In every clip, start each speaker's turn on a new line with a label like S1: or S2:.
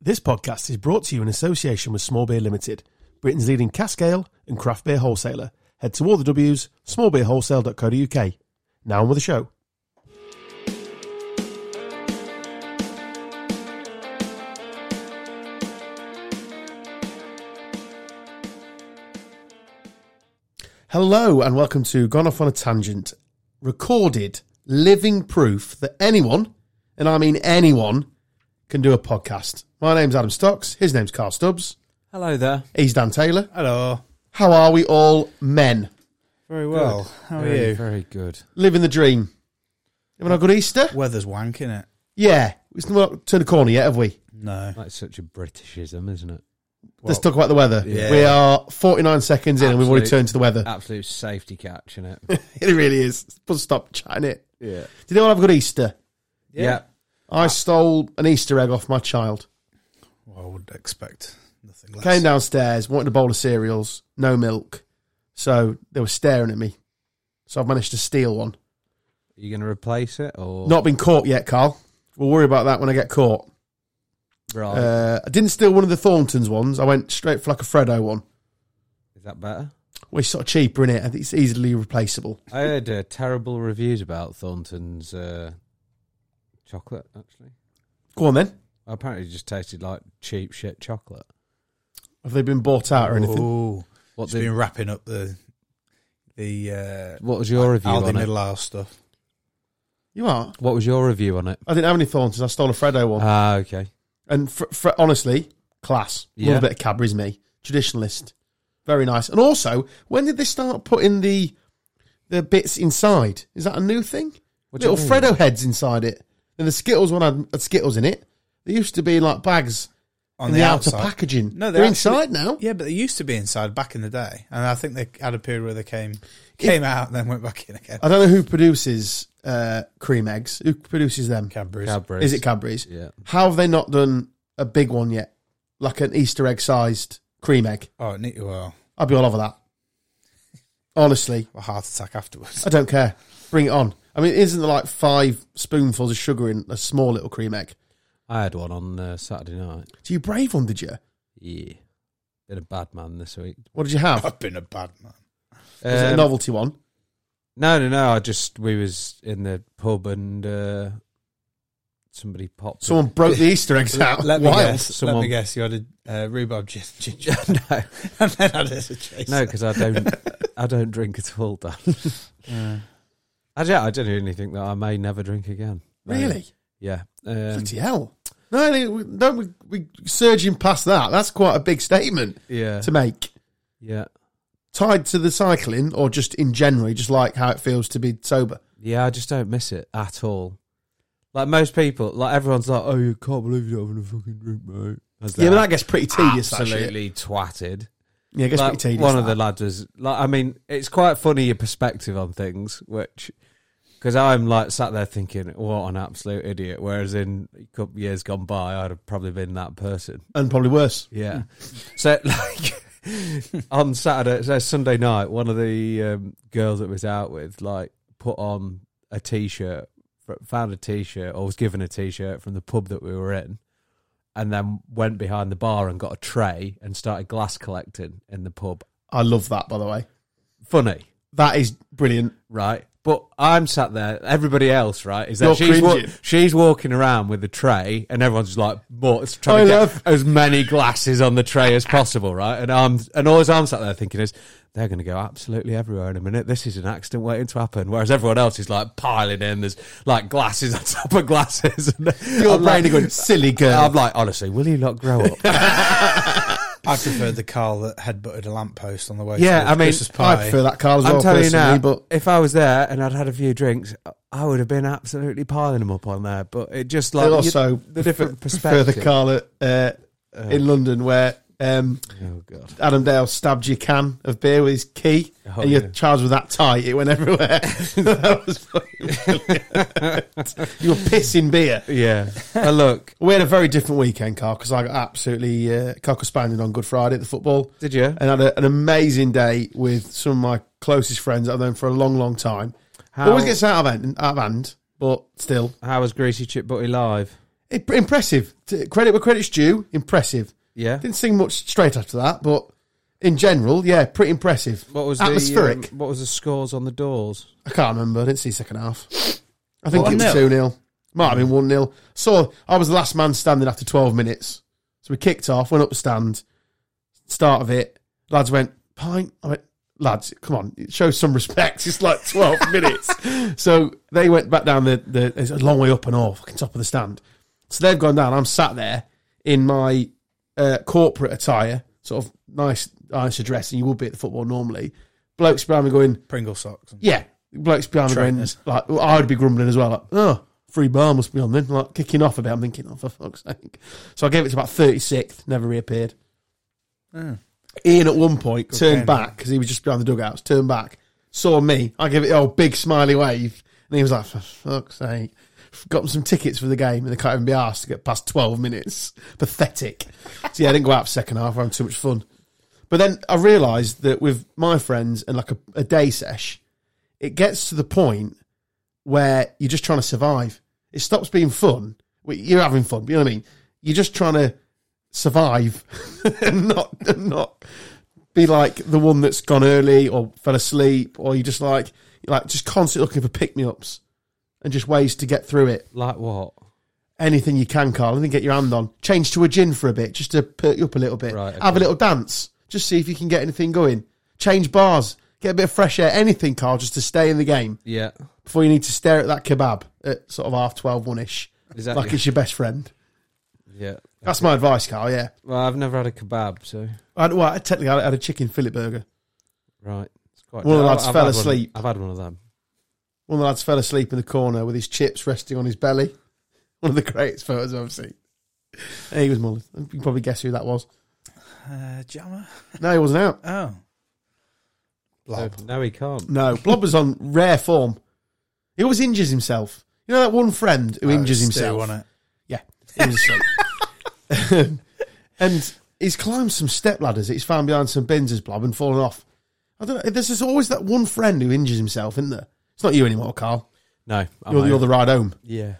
S1: This podcast is brought to you in association with Small Beer Limited, Britain's leading cask ale and craft beer wholesaler. Head to all the W's, smallbeerwholesale.co.uk. Now on with the show. Hello and welcome to Gone Off on a Tangent, recorded living proof that anyone, and I mean anyone, can do a podcast. My name's Adam Stocks, his name's Carl Stubbs,
S2: Hello there.
S1: he's Dan Taylor.
S3: Hello.
S1: How are we all men?
S3: Very well. How are
S2: very,
S3: you?
S2: Very good.
S1: Living the dream. Having a good Easter?
S3: Weather's wanking it.
S1: Yeah. It's not turned a corner yet, have we?
S3: No.
S2: That's such a Britishism, isn't it?
S1: Let's talk about the weather.
S3: Yeah.
S1: We are 49 seconds in and we've already
S2: Absolute-
S1: turned to the weather.
S2: Absolute safety catch, is it?
S1: It really is. But stop chatting it.
S2: yeah.
S1: Did anyone have a good Easter?
S2: Yeah.
S1: I stole an Easter egg off my child.
S3: Well, I would expect nothing less.
S1: Came downstairs, wanted a bowl of cereals, no milk. So they were staring at me. So I've managed to steal one.
S2: Are you going to replace it or
S1: Not been caught yet, Carl. We'll worry about that when I get caught.
S2: Right.
S1: Uh, I didn't steal one of the Thorntons ones. I went straight for like a Freddo one.
S2: Is that better?
S1: Well, it's sort of cheaper in it. and It's easily replaceable.
S2: I heard uh, terrible reviews about Thornton's uh, chocolate. Actually,
S1: Go on then.
S2: apparently, it just tasted like cheap shit chocolate.
S1: Have they been bought out or anything?
S3: Ooh.
S2: What
S3: It's
S2: did,
S3: been wrapping up the the uh
S2: What was your review
S3: Aldi
S2: on it?
S3: middle aisle stuff.
S1: You are.
S2: What was your review on it?
S1: I didn't have any Thorntons. I stole a Freddo one.
S2: Ah, okay.
S1: and fr- fr- honestly, class. Love
S2: Yeah.
S1: a bit of Cadbury's me. Traditionalist. Very nice. And also, when did they start putting the the bits inside? Is that a new thing?
S2: What do you
S1: Little
S2: mean?
S1: Freddo heads inside it. And the Skittles one had, had Skittles in it. They used to be like bags
S3: On
S1: in the, outer packaging.
S3: No,
S1: they're,
S3: they're actually-
S1: inside now.
S3: Yeah, but they used to be inside back in the day. And I think they had a period where they came came out and then went back in again.
S1: I don't know who produces uh, cream eggs. Who produces them?
S3: Cadbury's.
S2: Cadbury's.
S1: Is it Cadbury's?
S2: Yeah.
S1: How have they not done a big one yet? Like an Easter egg sized cream egg.
S3: Oh, it need well,
S1: I'd be all over that. Honestly,
S3: a heart attack afterwards.
S1: I don't care. Bring it on. I mean, isn't there like five spoonfuls of sugar in a small little cream egg?
S2: I had one on uh, Saturday night.
S1: So you brave one, did you?
S2: Yeah. Been a bad man this week.
S1: What did you have?
S3: I've been a bad man.
S1: Was it a
S2: Um,
S1: novelty one?
S2: No, no, no. I just we was in the pub and uh, somebody popped.
S1: Someone broke the Easter eggs out.
S3: Let me
S1: Wild.
S3: guess. Let
S2: Someone-
S3: me guess. You had a uh, rhubarb gin, ginger,
S2: no,
S3: and then had it as a chase.
S2: no, because I don't, I don't drink at all. Dan.
S3: Yeah.
S2: I don't, I genuinely think that I may never drink again.
S1: Really?
S2: Yeah. Um,
S1: Bloody hell. No, no, we- don't we, we surging past that. That's quite a big statement
S2: yeah.
S1: to make.
S2: Yeah.
S1: Tied to the cycling or just in general, just like how it feels to be sober.
S2: Yeah. I just don't miss it at all. Like most people, like everyone's like, "Oh, you can't believe you're having a fucking drink, mate." As
S1: Yeah, but
S2: they're
S1: that gets pretty tedious, actually.
S2: absolutely twatted.
S1: Yeah, it gets
S2: Like,
S1: pretty tedious.
S2: one of
S1: that.
S2: the lads was like, I mean, it's quite funny your perspective on things, which because I'm like sat there thinking, what an absolute idiot. Whereas in a couple years gone by, I'd have probably been that person.
S1: And probably worse.
S2: Yeah.
S1: Hmm.
S2: so like on Saturday, so Sunday night, one of the um, girls that was out with like put on a t-shirt, fr- found a t-shirt, or was given a t-shirt from the pub that we were in, and then went behind the bar and got a tray and started glass collecting in the pub.
S1: I love that, by the way.
S2: Funny,
S1: That is brilliant.
S2: right? But I'm sat there. Everybody else, right? Is
S1: You're
S2: that she's, wa-
S1: cringing.
S2: she's walking around with the tray, and everyone's just like, more, it's trying
S1: I
S2: to
S1: love-
S2: get as many glasses on the tray as possible, right? And I'm and all I'm sat there thinking is they're going to go absolutely everywhere in a minute. This is an accident waiting to happen. Whereas everyone else is like piling in. There's like glasses on top of glasses. And
S1: Your
S2: I'm
S1: brain
S2: like,
S1: are going, silly girl.
S2: I'm like, honestly, will you not grow up?
S3: I preferred the Carl that headbutted a lamppost on the way.
S2: Yeah,
S3: to
S2: I mean,
S3: Christmas
S1: I
S3: pie.
S1: prefer that car as well,
S2: I'm telling you
S1: personally,
S2: now,
S1: but
S2: if I was there and I'd had a few drinks, I would have been absolutely piling them up on there. But it just like
S1: and
S2: you-
S1: also
S2: the different
S1: prefer
S2: perspective.
S1: the car at, uh, in London where um,
S2: Oh god,
S1: Adam Dale stabbed your can of beer with his key,
S2: Oh,
S1: and your
S2: yeah.
S1: charge was that tight it went everywhere. that was fucking brilliant. you were pissing beer.
S2: yeah. But look,
S1: We had a very different weekend, Carl, because I got absolutely uh, cocker spanied on Good Friday at the football,
S2: did you?
S1: and had a, an amazing day with some of my closest friends I've known for a long, long time.
S2: How,
S1: Always gets out of hand, out of hand, but still,
S2: how was Greasy Chip Butty live?
S1: Imp- Impressive. T- Credit where credit's due. Impressive.
S2: Yeah.
S1: Didn't sing much straight after that, but in general, yeah, pretty impressive.
S2: What was
S1: atmospheric?
S2: The, um, what was the scores on the doors?
S1: I can't remember. I didn't see second half. I think it was
S3: 1-0?
S1: two 0 Might have been one 0 So I was the last man standing after twelve minutes. So we kicked off, went up the stand, start of it. Lads went pint. I went, lads, come on, show some respect. It's like twelve minutes. So they went back down the, the it's a long way up and all fucking top of the stand. So they've gone down. I'm sat there in my uh, corporate attire, sort of nice, nice dress, and you would be at the football normally. Blokes behind me going,
S3: Pringle socks. And
S1: yeah, blokes behind the
S3: Trainers.
S1: end. Like well, I would be grumbling as well. Like, oh, free bar must be on then. Like kicking off a bit. I'm thinking, oh for fuck's sake. So I gave it to about 36th. Never reappeared.
S3: Oh.
S1: Ian at one point
S3: game.
S1: turned back because he was just behind the dugouts. Turned back, saw me. I gave it a big smiley wave, and he was like, for fuck's sake. Got him some tickets for the game, and they can't even be asked to get past 12 minutes. Pathetic. So, yeah, I didn't go out for second half. I had too much fun. But then I realised that with my friends and like a, a day sesh, it gets to the point where you're just trying to survive. It stops being fun. Well, You're having fun, you know what I mean? You're just trying to survive and not, and not be like the one that's gone early or fell asleep or you're just like, you're like just constantly looking for pick me ups and just ways to get through it.
S2: Like what?
S1: Anything you can, Carl, anything get your hand on. Change to a gin for a bit just to perk you up a little bit.
S2: Right, okay.
S1: Have a little dance. Just see if you can get anything going. Change bars. Get a bit of fresh air. Anything, Carl, just to stay in the game
S2: Yeah.
S1: before you need to stare at that kebab at sort of half 12, 1 ish,
S2: Is that
S1: like it's your best friend.
S2: yeah?
S1: That's my advice, Carl, yeah.
S2: Well, I've never had a kebab, so
S1: I, well, I- technically, I had a chicken fillet burger.
S2: right. It's quite.
S1: One of the lads
S2: I've
S1: fell
S2: had one-
S1: asleep.
S2: I've had one of them.
S1: One of the lads fell asleep in the corner with his chips resting on his belly. One of the greatest photos I've seen. And he was mulling. You can probably guess who that was.
S3: Uh, jammer.
S1: No, he wasn't out.
S3: Oh.
S1: Oh.
S3: Blob.
S2: So, no, he can't.
S1: No, Blob was on rare form. He always injures himself. You know that one friend who
S3: Oh,
S1: injures himself?
S3: on it.
S1: He was asleep. and he's climbed some step ladders that he's found behind some bins as blob and fallen off. I don't know. There's just always that one friend who injures himself, isn't there? It's not you anymore, Carl.
S2: No, I'm
S1: You're,
S2: out.
S1: the other ride home.
S2: Yeah.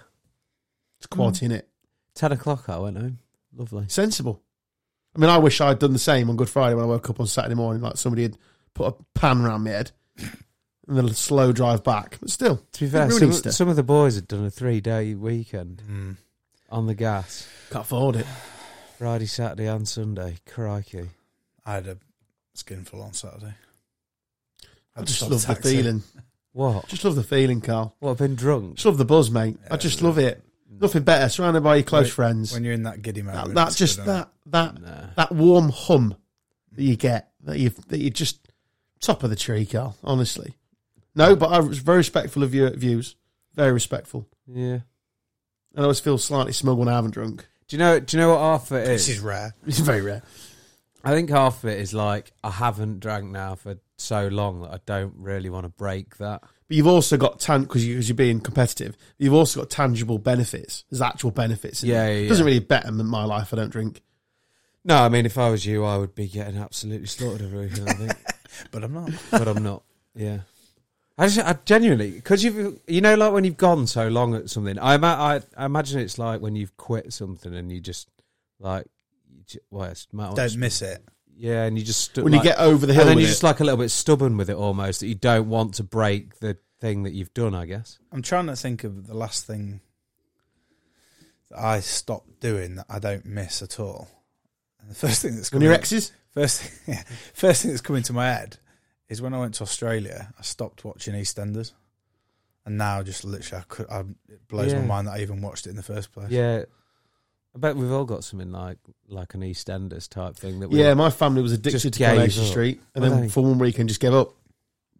S1: It's quality in it.
S2: Ten o'clock. I went home. Lovely.
S1: Sensible. I mean, I wish I'd done the same on Good Friday when I woke up on Saturday morning. Like somebody had put a pan round my head and then a slow drive back. But still,
S2: To be fair,
S1: ruin
S2: some,
S1: Easter.
S2: some of the boys had done a three-day weekend
S3: Mm.
S2: on the gas,
S1: can't afford it.
S2: Friday, Saturday, and Sunday. Crikey.
S3: I had a skinful on Saturday.
S1: I just
S3: got
S1: love the
S3: taxi.
S1: feeling.
S2: What?
S1: Just love the feeling, Carl.
S2: What? I've been drunk.
S1: Just love the buzz, mate. I just love it. Nothing better. Surrounded by your close
S3: Wait,
S1: friends.
S3: When you're in that giddy moment.
S1: that, that
S3: it's
S1: just
S3: good,
S1: that that
S2: Nah.
S1: that warm hum that you get that you that you just top of the tree, Carl. Honestly, no, but I was very respectful of your views, very respectful,
S2: Yeah.
S1: and I always feel slightly smug when I haven't drunk.
S2: Do you know? Do you know what half of it
S3: This
S2: is?
S3: is rare.
S1: It's very rare.
S2: I think half of it is like I haven't drank now for so long that I don't really want to break that.
S1: But you've also got tan because you, 'cause you're being competitive. You've also got tangible benefits. There's actual benefits. In
S2: Yeah,
S1: it.
S2: yeah, yeah.
S1: doesn't really better my life. I don't drink.
S2: No, I mean, if I was you, I would be getting absolutely slaughtered every weekend. I think,
S3: But I'm not.
S1: Oh,
S2: but I'm not. Yeah, I just, I genuinely, because you, you know, like when you've gone so long at something, I, ima- I, I imagine it's like when you've quit something and you just like, you ju- well, it's no matter what-
S3: Don't miss it.
S2: yeah, and you just stu-
S1: When
S2: like-
S1: you get over the hill,
S2: and then
S1: with
S2: you're
S1: it.
S2: just like a little bit stubborn with it almost that you don't want to break the thing that you've done. I guess.
S3: I'm trying to think of the last thing that I stopped doing that I don't miss at all. And the first thing that's
S1: when
S3: coming
S1: your exes,
S3: first thing, yeah, first thing that's coming to my head is when I went to Australia, I stopped watching EastEnders, and now just literally, I could, I, it blows
S2: Yeah.
S3: my mind that I even watched it in the first place.
S2: Yeah. I bet we've all got something like like an EastEnders type thing that we
S1: yeah, my family was addicted
S2: Just
S1: to Coronation
S2: gave up.
S1: Street, and
S2: Were
S1: then
S2: they?
S1: for one weekend just gave up.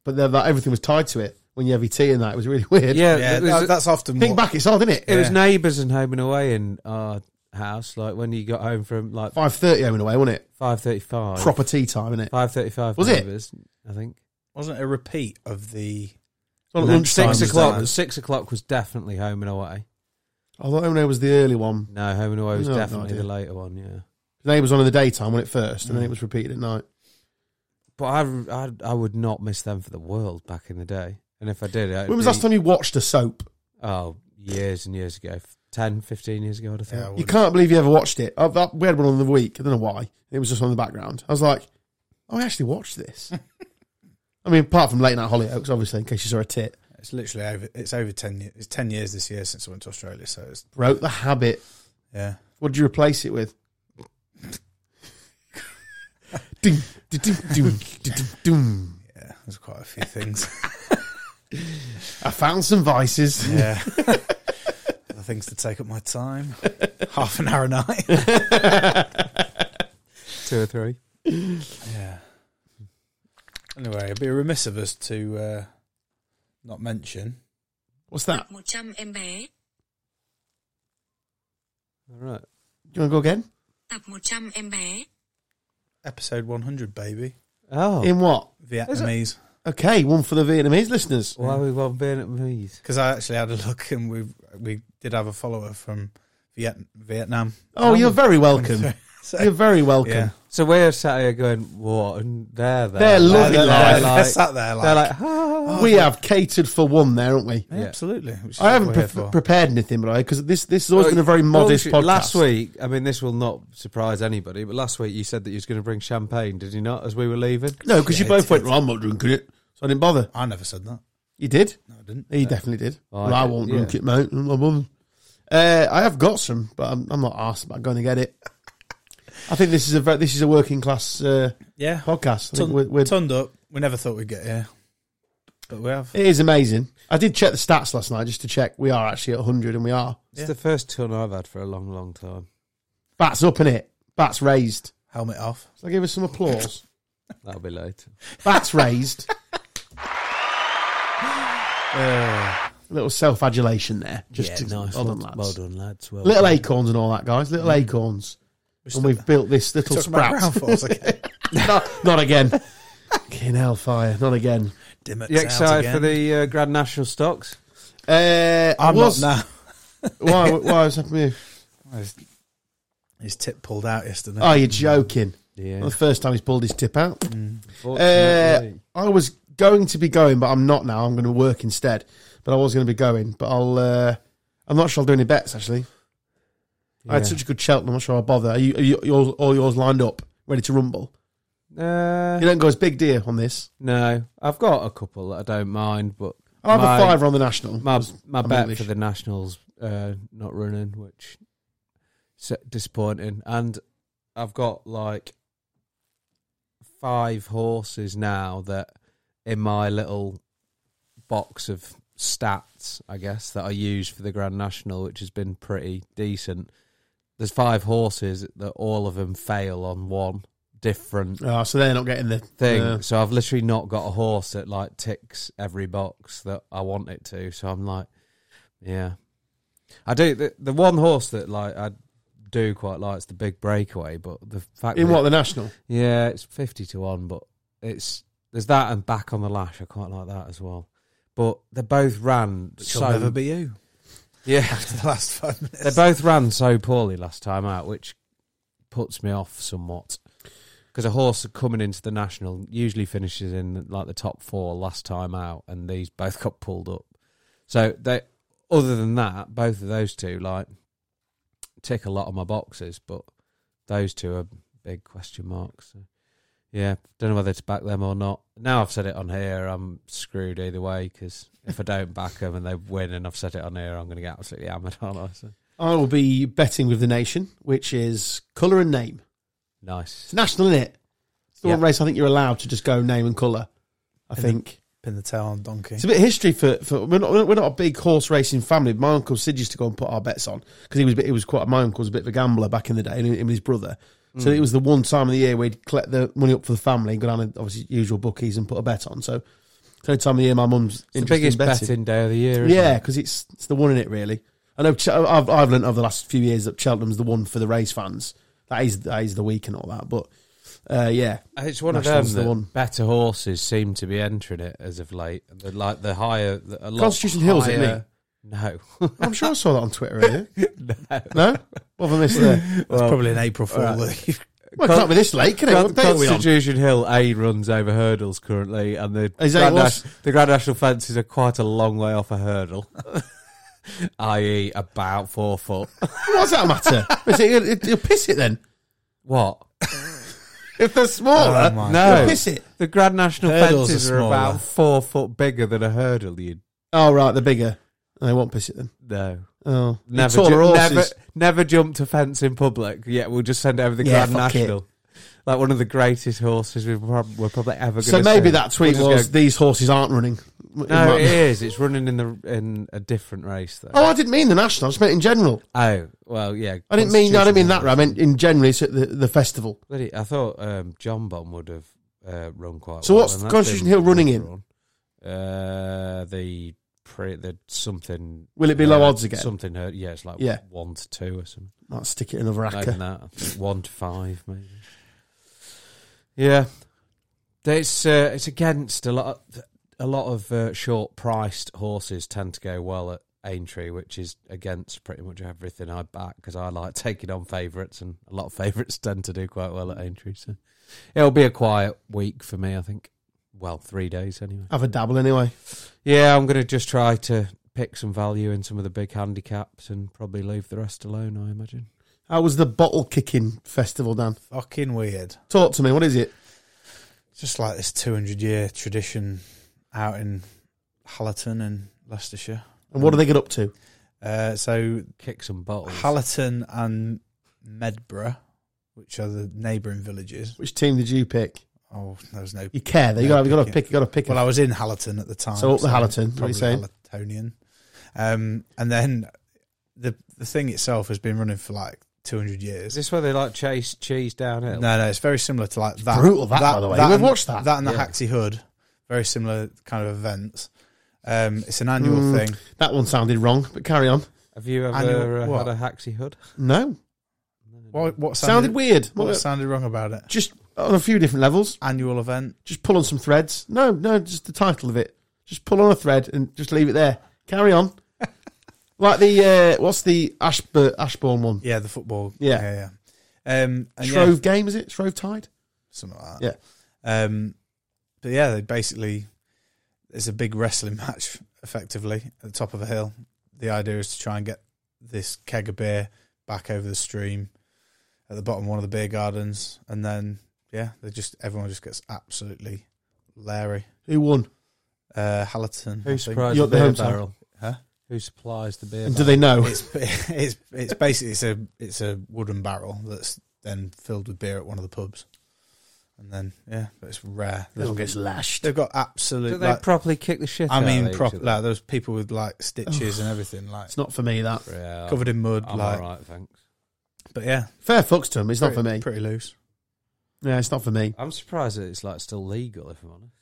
S1: But then that everything was tied to it. When you have your tea and that, it was really weird.
S2: yeah,
S3: yeah,
S2: it was,
S3: that- that's often
S1: Think
S3: what-
S1: back, it's hard, isn't it?
S2: it was
S3: yeah.
S2: neighbours and home and away in our house. Like when you got home from like
S1: Five thirty home and away, wasn't it?
S2: five thirty five,
S1: Proper tea time, isn't it?
S2: five thirty five
S1: Was it?
S2: neighbours. I think
S3: wasn't it a repeat of the
S1: Well,
S2: And then
S1: lunchtime
S2: six
S1: was
S2: o'clock.
S1: that.
S2: Six o'clock was definitely home and away.
S1: I thought home and away was the early one.
S2: No, home and away was
S1: No, no
S2: definitely
S1: idea.
S2: the later one. Yeah,
S1: They was on in the daytime when it first, and then
S3: Mm.
S1: it was repeated at night.
S2: but I, I I would not miss them for the world back in the day. And if I did,
S1: When was the last time you watched a soap?
S2: Oh, years and years ago, f- 10, 15 years ago, I'd have thought.
S3: Yeah, I
S1: You
S3: wouldn't.
S1: can't believe you ever watched it. Uh, that, we had one on the week. I don't know why. It was just on the background. I was like, oh, I actually watched this. I mean, apart from Late Night Hollyoaks, obviously, in case you saw a tit.
S3: It's literally over. It's over ten. ye- It's ten years this year since I went to Australia. So it's
S1: Broke the habit.
S3: yeah.
S1: What did you replace it with? ding, ding, ding, ding, ding, ding, ding.
S3: Yeah, there's quite a few things.
S1: I found some vices.
S3: Yeah. Other things to take up my time. Half an hour a night.
S2: Two or three.
S3: Yeah. Anyway, it'd be remiss of us to uh, not mention.
S1: What's that?
S4: 100 em bé,
S2: All right.
S1: Do you want to go again?
S4: tập 100 em bé,
S3: Episode 100, baby.
S2: Oh.
S1: In what?
S3: Vietnamese.
S1: Okay, one for the Vietnamese listeners.
S2: why are we well being at Meath?
S3: Because I actually had a look and we we did have a follower from Viet- Vietnam.
S1: Oh, you're very welcome.
S3: So,
S1: You're very welcome.
S3: yeah.
S2: So we're sat here going, what? And they're there.
S1: They're
S3: They're,
S1: lovely
S3: they're,
S1: lads.
S3: they're sat there like,
S2: They're like, ah.
S1: we have catered for one there, aren't we?
S3: Yeah, absolutely. which is
S1: I haven't
S3: what we're
S1: pre-
S3: here for.
S1: prepared anything, but I because this this has always been a very
S2: Well,
S1: modest
S2: sh-
S1: podcast.
S2: Oh, Last week, I mean, this will not surprise anybody, but last week you said that you was going to bring champagne, did you not, as we were leaving?
S1: no, because you
S3: Yeah,
S1: both
S3: it
S1: went,
S3: is.
S1: well, I'm not drinking it, so I didn't bother.
S3: I never said that.
S1: You did?
S3: No, I didn't.
S1: He definitely did.
S2: I
S1: Well, I,
S2: did,
S1: won't
S2: yeah.
S1: drink it, mate. I'm not bothered. Uh, I have got some, but I'm, I'm not asked about going to get it. I think this is a very, this is a working class uh,
S3: Yeah.
S1: podcast. I think
S3: Tun-
S1: we're, we're,
S3: Turned up. We never thought we'd get here. But we have.
S1: it is amazing. I did check the stats last night just to check we are actually at 100, and we are.
S2: It's
S3: Yeah.
S2: the first ton I've had for a long, long time.
S1: Bats up in it. Bats raised.
S3: Helmet off.
S1: So I give us some applause.
S2: That'll be later.
S1: Bats raised.
S3: Uh,
S1: little self adulation there. Just to, well done, lads.
S2: lads. Well
S1: Little
S2: done.
S1: acorns and all that, guys. Little acorns.
S3: we're
S1: And
S3: still-
S1: we've built this little
S3: talking about
S1: sprout.
S3: ground force again.
S1: not, not again. Fucking hellfire. Not again.
S3: Dim it
S2: You
S3: out
S2: excited
S3: again.
S2: for the uh, Grand National stocks?
S1: Uh,
S3: I'm
S1: was,
S3: not
S1: why, why was happening? with you?
S3: now. His, his tip pulled out yesterday.
S1: Oh, you're joking.
S2: Yeah.
S1: Well, the first time he's pulled his tip out.
S3: Mm.
S1: Uh,
S2: Unfortunately.
S1: I was going to be going, but I'm not now. I'm going to work instead. But I was going to be going. But I'll. Uh, I'm not sure I'll do any bets, actually. I had
S2: Yeah.
S1: such a good Cheltenham. I'm not sure I'll bother. Are you, are you yours, all yours lined up, ready to rumble?
S2: Uh,
S1: You don't go as big deer on this.
S2: no, I've got a couple that I don't mind, but
S1: I'll have
S2: my,
S1: a fiver on the national.
S2: My, my
S1: I'm
S2: bet
S1: English.
S2: for the Nationals uh, not running, which is disappointing. And I've got like five horses now that in my little box of stats, I guess, that I use for the Grand National, which has been pretty decent. There's five horses that all of them fail on one different
S1: Oh, so they're not getting the
S2: thing.
S1: Yeah.
S2: So I've literally not got a horse that like ticks every box that I want it to. So I'm like, yeah, I do. The, the one horse that like I do quite like is the big breakaway, but the fact
S1: in
S2: that,
S1: what the national.
S2: yeah, it's fifty to one, but it's there's that and back on the lash. I quite like that as well. But they both ran
S3: She'll
S2: so
S3: never be you.
S2: yeah,
S3: After the last five minutes.
S2: they both ran so poorly last time out, which puts me off somewhat. Because a horse coming into the national usually finishes in like the top four last time out, and these both got pulled up. So they, other than that, both of those two like tick a lot of my boxes, but those two are big question marks. So, yeah, don't know whether to back them or not. Now I've said it on here, I'm screwed either way. Because if I don't back them and they win, and I've said it on here, I'm going to get absolutely hammered, aren't I? So.
S1: I will be betting with the nation, which is colour and name. It's
S2: Nice.
S1: national, isn't it? It's the one
S2: Yeah.
S1: race I think you're allowed to just go name and colour. I
S3: Yeah.
S1: think
S3: Pin the tail on donkey.
S1: it's a bit of history for, for we're not we're not a big horse racing family. My uncle Sid used to go and put our bets on because he was a bit, he was quite my uncle was a bit of a gambler back in the day, and him and his brother.
S2: Hmm.
S1: So it was the one time of the year we'd collect the money up for the family and go down and obviously usual bookies and put a bet on. So it's the only time of the year my mum's
S2: It's the
S1: interested in
S2: biggest
S1: betting.
S2: betting day of the year. Isn't
S1: Yeah,
S2: It?
S1: because it's it's the one in it really. I know Ch- I've I've learnt over the last few years that Cheltenham's the one for the race fans. That is that is the week and all that. But uh, yeah,
S2: It's one
S1: National's
S2: of
S1: the
S2: them. that
S1: one.
S2: Better horses seem to be entering it as of late. The, like the higher, the, a lot
S1: Constitution Hill's it,
S2: higher- No,
S1: I'm sure I saw that on Twitter earlier. no, what have I missed there?
S3: That's probably an April Fool. that
S1: Well, it can't be this late, can it?
S2: Con-
S1: What date are we on?
S2: Constitution Hill A runs over hurdles currently, and the
S1: Is that
S2: Grand,
S1: what-
S2: Nas- the Grand National fences are quite a long way off a hurdle. i.e., about four foot.
S1: What's that matter? Is it, it, you'll piss it then.
S2: What?
S1: If they're smaller,
S3: Oh my
S2: No.
S1: you'll piss it.
S2: The Grand National
S3: Hurdles
S2: fences
S3: are
S2: are,
S3: smaller.
S2: about four foot bigger than a hurdle. You
S1: Oh, right, they're bigger. They won't piss it then.
S2: know.
S1: Oh, They're
S2: Never,
S1: taller
S2: ju-
S1: horses.
S2: never, never jumped a fence in public. Yeah, we'll just send it over the
S1: Yeah,
S2: Grand
S1: fuck it.
S2: National. Like one of the greatest horses we've prob- we're probably ever going to
S1: So maybe that tweet was these horses aren't running. It
S2: No,
S1: might be.
S2: it is. It's running in the in a different race though.
S1: Oh, I didn't mean the national. I just meant in general.
S2: Oh, well, yeah.
S1: I didn't mean. I didn't mean that. Right. I meant in general. It's at the, the festival.
S2: Bloody- I thought um, John Bon would have uh, run quite.
S1: So
S2: well,
S1: what's
S2: and
S1: the
S2: that's
S1: Constitution
S2: been
S1: Hill running
S2: run. Uh, the pre, the something.
S1: Will it be
S2: uh,
S1: low odds again?
S2: Something hurt. Yeah, it's like
S1: Yeah.
S2: one to two or something.
S1: Might stick it in another
S2: Like
S1: racker.
S2: that. I think one to five maybe. Yeah, it's uh, it's against a lot. Of, a lot of uh, short-priced horses tend to go well at Aintree, which is against pretty much everything I back because I like taking on favourites, and a lot of favourites tend to do quite well at Aintree. So it'll be a quiet week for me, I think. Well, three days anyway.
S1: Have a dabble anyway.
S2: Yeah, I'm going to just try to pick some value in some of the big handicaps and probably leave the rest alone. I imagine.
S1: How was the bottle kicking festival, Dan?
S3: Fucking weird.
S1: Talk to me. What is it?
S3: It's just like this 200 year tradition out in Hallerton in Leicestershire.
S1: And what do they get up to?
S3: Uh, so
S2: Kick some bottles.
S3: Hallerton and Medborough, which are the neighbouring villages.
S1: Which team did you pick?
S3: Oh, there was no.
S1: You care. though. You got. You got to pick. You got to pick.
S3: Well, I was in Hallerton at the time.
S1: So up the Hallerton, what are
S3: probably
S1: you saying?
S3: Hallertonian. Um, and then the the thing itself has been running for like 200
S2: Is
S3: years.
S2: this where they like chase cheese downhill?
S3: No, no, it's very similar to like that.
S1: brutal, that, by the way. We've
S3: and-
S1: watched that.
S3: That and the
S2: Yeah.
S3: Haxie Hood, very similar kind of events. Um, it's an annual
S1: Mm.
S3: thing.
S1: That one sounded wrong, but carry on.
S2: Have you
S3: I know-
S2: ever uh,
S3: what?
S2: had a haxie hood?
S1: No,
S3: What, what
S1: sounded,
S3: sounded,
S1: weird.
S3: What
S1: Well,
S3: sounded wrong about it?
S1: just on a few different levels.
S3: Annual event.
S1: Just pull on some threads. No, no, just the title of it. Just pull on a thread and just leave it there. Carry on. like the uh, what's the Ashbur- Ashbourne one?
S3: Yeah, the football.
S1: Yeah.
S3: yeah, yeah. Um,
S1: Uh,
S3: and yeah,
S1: Shrove game is it? Shrove Tide.
S3: something like that. Yeah. Um, but yeah, they basically it's a big wrestling match, effectively at the top of a hill. The idea is to try and get this keg of beer back over the stream at the bottom of one of the beer gardens, and then yeah, they just everyone just gets absolutely larry.
S1: Who won?
S3: Uh, Hallerton. I
S2: Who
S3: think.
S2: supplies
S1: You're at the
S2: the beer
S1: home side.
S2: barrel?
S3: Huh?
S2: Who supplies the beer?
S1: And do they know?
S3: It's it's it's basically it's a it's a wooden barrel that's then filled with beer at one of the pubs, and then yeah, but it's rare. There's-
S1: lashed.
S3: They've got
S2: barrel?
S3: absolute.
S2: Do they
S3: like-
S2: properly kick the shit?
S3: I
S2: out
S3: mean,
S2: of
S3: prop,
S2: each other?
S3: like, there's people with like stitches and everything, like
S1: It's not for me that.
S2: yeah, I'm-
S3: covered in mud,
S2: I'm
S3: like.
S2: all right, thanks.
S3: But yeah,
S1: Fair fucks to him. It's not for
S3: pretty-
S1: me.
S3: Pretty loose.
S1: Yeah, it's not for me.
S2: I'm surprised that it's like still legal. If I'm honest,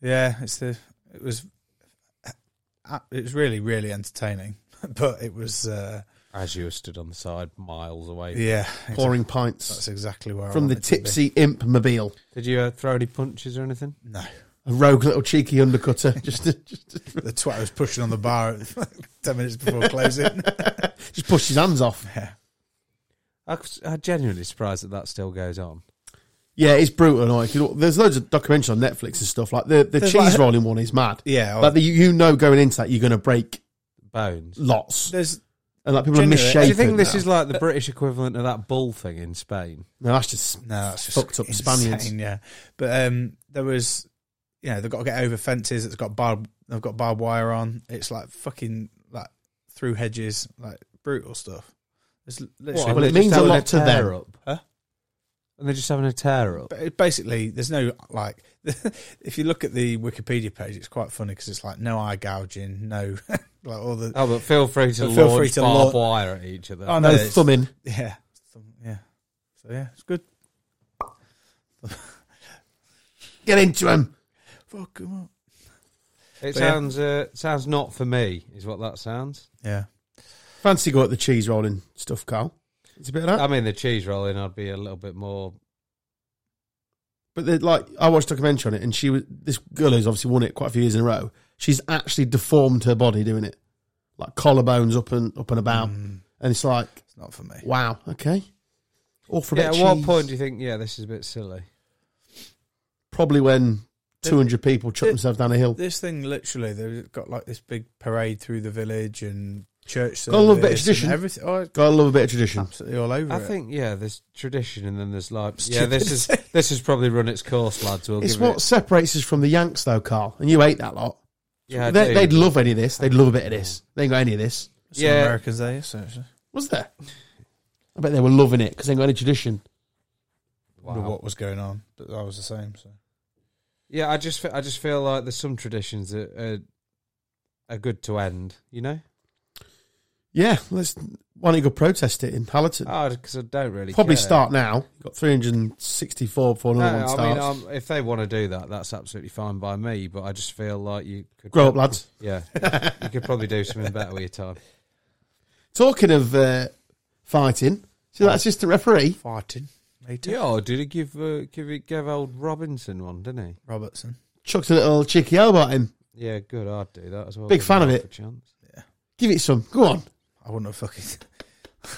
S3: Yeah, it's the. It was. uh, It was really really entertaining, but it was. uh
S2: as you were stood on the side, miles away.
S3: Yeah, exa-
S1: Pouring pints
S3: that's exactly where I
S1: from the
S3: wanted to be.
S1: tipsy imp mobile.
S2: Did you uh, throw any punches or anything?
S3: No,
S1: A rogue little cheeky undercutter. just, just,
S3: the twat was pushing on the bar ten minutes before closing.
S1: just pushed his hands off.
S3: yeah.
S2: I, am genuinely surprised that that still goes on.
S1: Yeah, it's brutal. Like, you know, there's loads of documentaries on Netflix and stuff. Like the, the
S3: There's
S1: cheese
S3: like-
S1: rolling one is mad.
S3: Yeah, or-
S1: Like the, you, you know, going into that, you're going to break
S2: Bones.
S1: lots,
S3: there's
S1: and like people are
S3: Genuinely,
S1: misshapen.
S2: Do you think this
S1: now.
S2: is like the British equivalent of that bull thing in Spain?
S1: No, that's just
S3: no that's just
S1: fucked up
S3: insane,
S1: Spaniards.
S3: Yeah, but um, there was, you know, they've got to get over fences. It's got barb, they've got barbed wire on. It's like fucking like through hedges, like brutal stuff. It's literally
S1: Well, it
S2: and they're
S1: means
S2: just
S1: a
S2: having
S1: lot to them.
S2: tear Up.
S3: Huh?
S2: And they're just having a tear up.
S3: But it- basically there's no like if you look at the Wikipedia page, it's quite funny because it's like no eye gouging, no like all the
S2: Oh, but feel free to
S3: But feel
S2: launch
S3: free to launch-
S2: barbed wire at each other.
S3: Oh,
S1: no
S3: it's-
S1: thumbing.
S3: yeah yeah. So yeah, it's good.
S1: Get into him.
S3: Fuck 'em up.
S2: It
S3: But yeah.
S2: sounds uh, sounds not for me, is what that sounds.
S3: Yeah.
S1: Fancy go at the cheese rolling stuff, Carl. It's a bit of that.
S2: I mean, the cheese rolling, I'd be a little bit more.
S1: But they're like, I watched a documentary on it, and she was this girl who's obviously won it quite a few years in a row. She's actually deformed her body doing it, like collarbones up and up and about,
S3: Mm,
S1: and it's like,
S3: it's not for me.
S1: wow, okay. Or for a
S2: Yeah,
S1: bit
S2: at
S1: of
S2: what
S1: cheese.
S2: point do you think? Yeah, this is a bit silly.
S1: Probably when two hundred people chuck themselves down a hill.
S3: This thing literally, they've got like this big parade through the village and church.
S1: Got a little bit of
S3: service and
S1: tradition.
S3: Everything. Oh, it's
S1: Got a little bit of tradition.
S3: absolutely all over
S2: I
S3: it.
S2: think yeah, there's tradition, and then there's like yeah, this is this has probably run its course, lads. We'll
S1: It's
S2: give
S1: what
S2: it.
S1: separates us from the Yanks, though, Carl. And you hate that lot.
S2: Yeah, I
S1: they,
S2: do.
S1: they'd love any of this. They'd love a bit of this. They ain't got any of this.
S3: Some
S2: yeah.
S3: Americans there, yes, actually.
S1: Was there? I bet they were loving it because they ain't got any tradition.
S3: Wonder
S2: Wow.
S3: what was going on, but I was the same. So
S2: Yeah, I just fe- I just feel like there's some traditions that are, are good to end. You know,
S1: Yeah, let's. Why don't you go protest it in Hallerton?
S2: because Oh, I don't really
S1: Probably
S2: care.
S1: start now. You've got 364 before
S2: No,
S1: another one
S2: I
S1: starts.
S2: mean, um, if they want to do that, that's absolutely fine by me. But I just feel like you could
S1: Grow up, lads.
S2: Yeah, you could probably do something better with your time.
S1: Talking of uh, fighting, see that assistant referee?
S3: fighting, later.
S2: Yeah, did he give uh, give it give old Robinson one? Didn't he?
S3: Robertson.
S1: Chucked a little cheeky elbow at him.
S2: Yeah, good. I'd do that as well.
S1: Big
S2: Give him
S1: fan of
S2: half
S1: it.
S2: a chance.
S1: Give it some. Go on.
S3: I wouldn't have fucking.
S2: I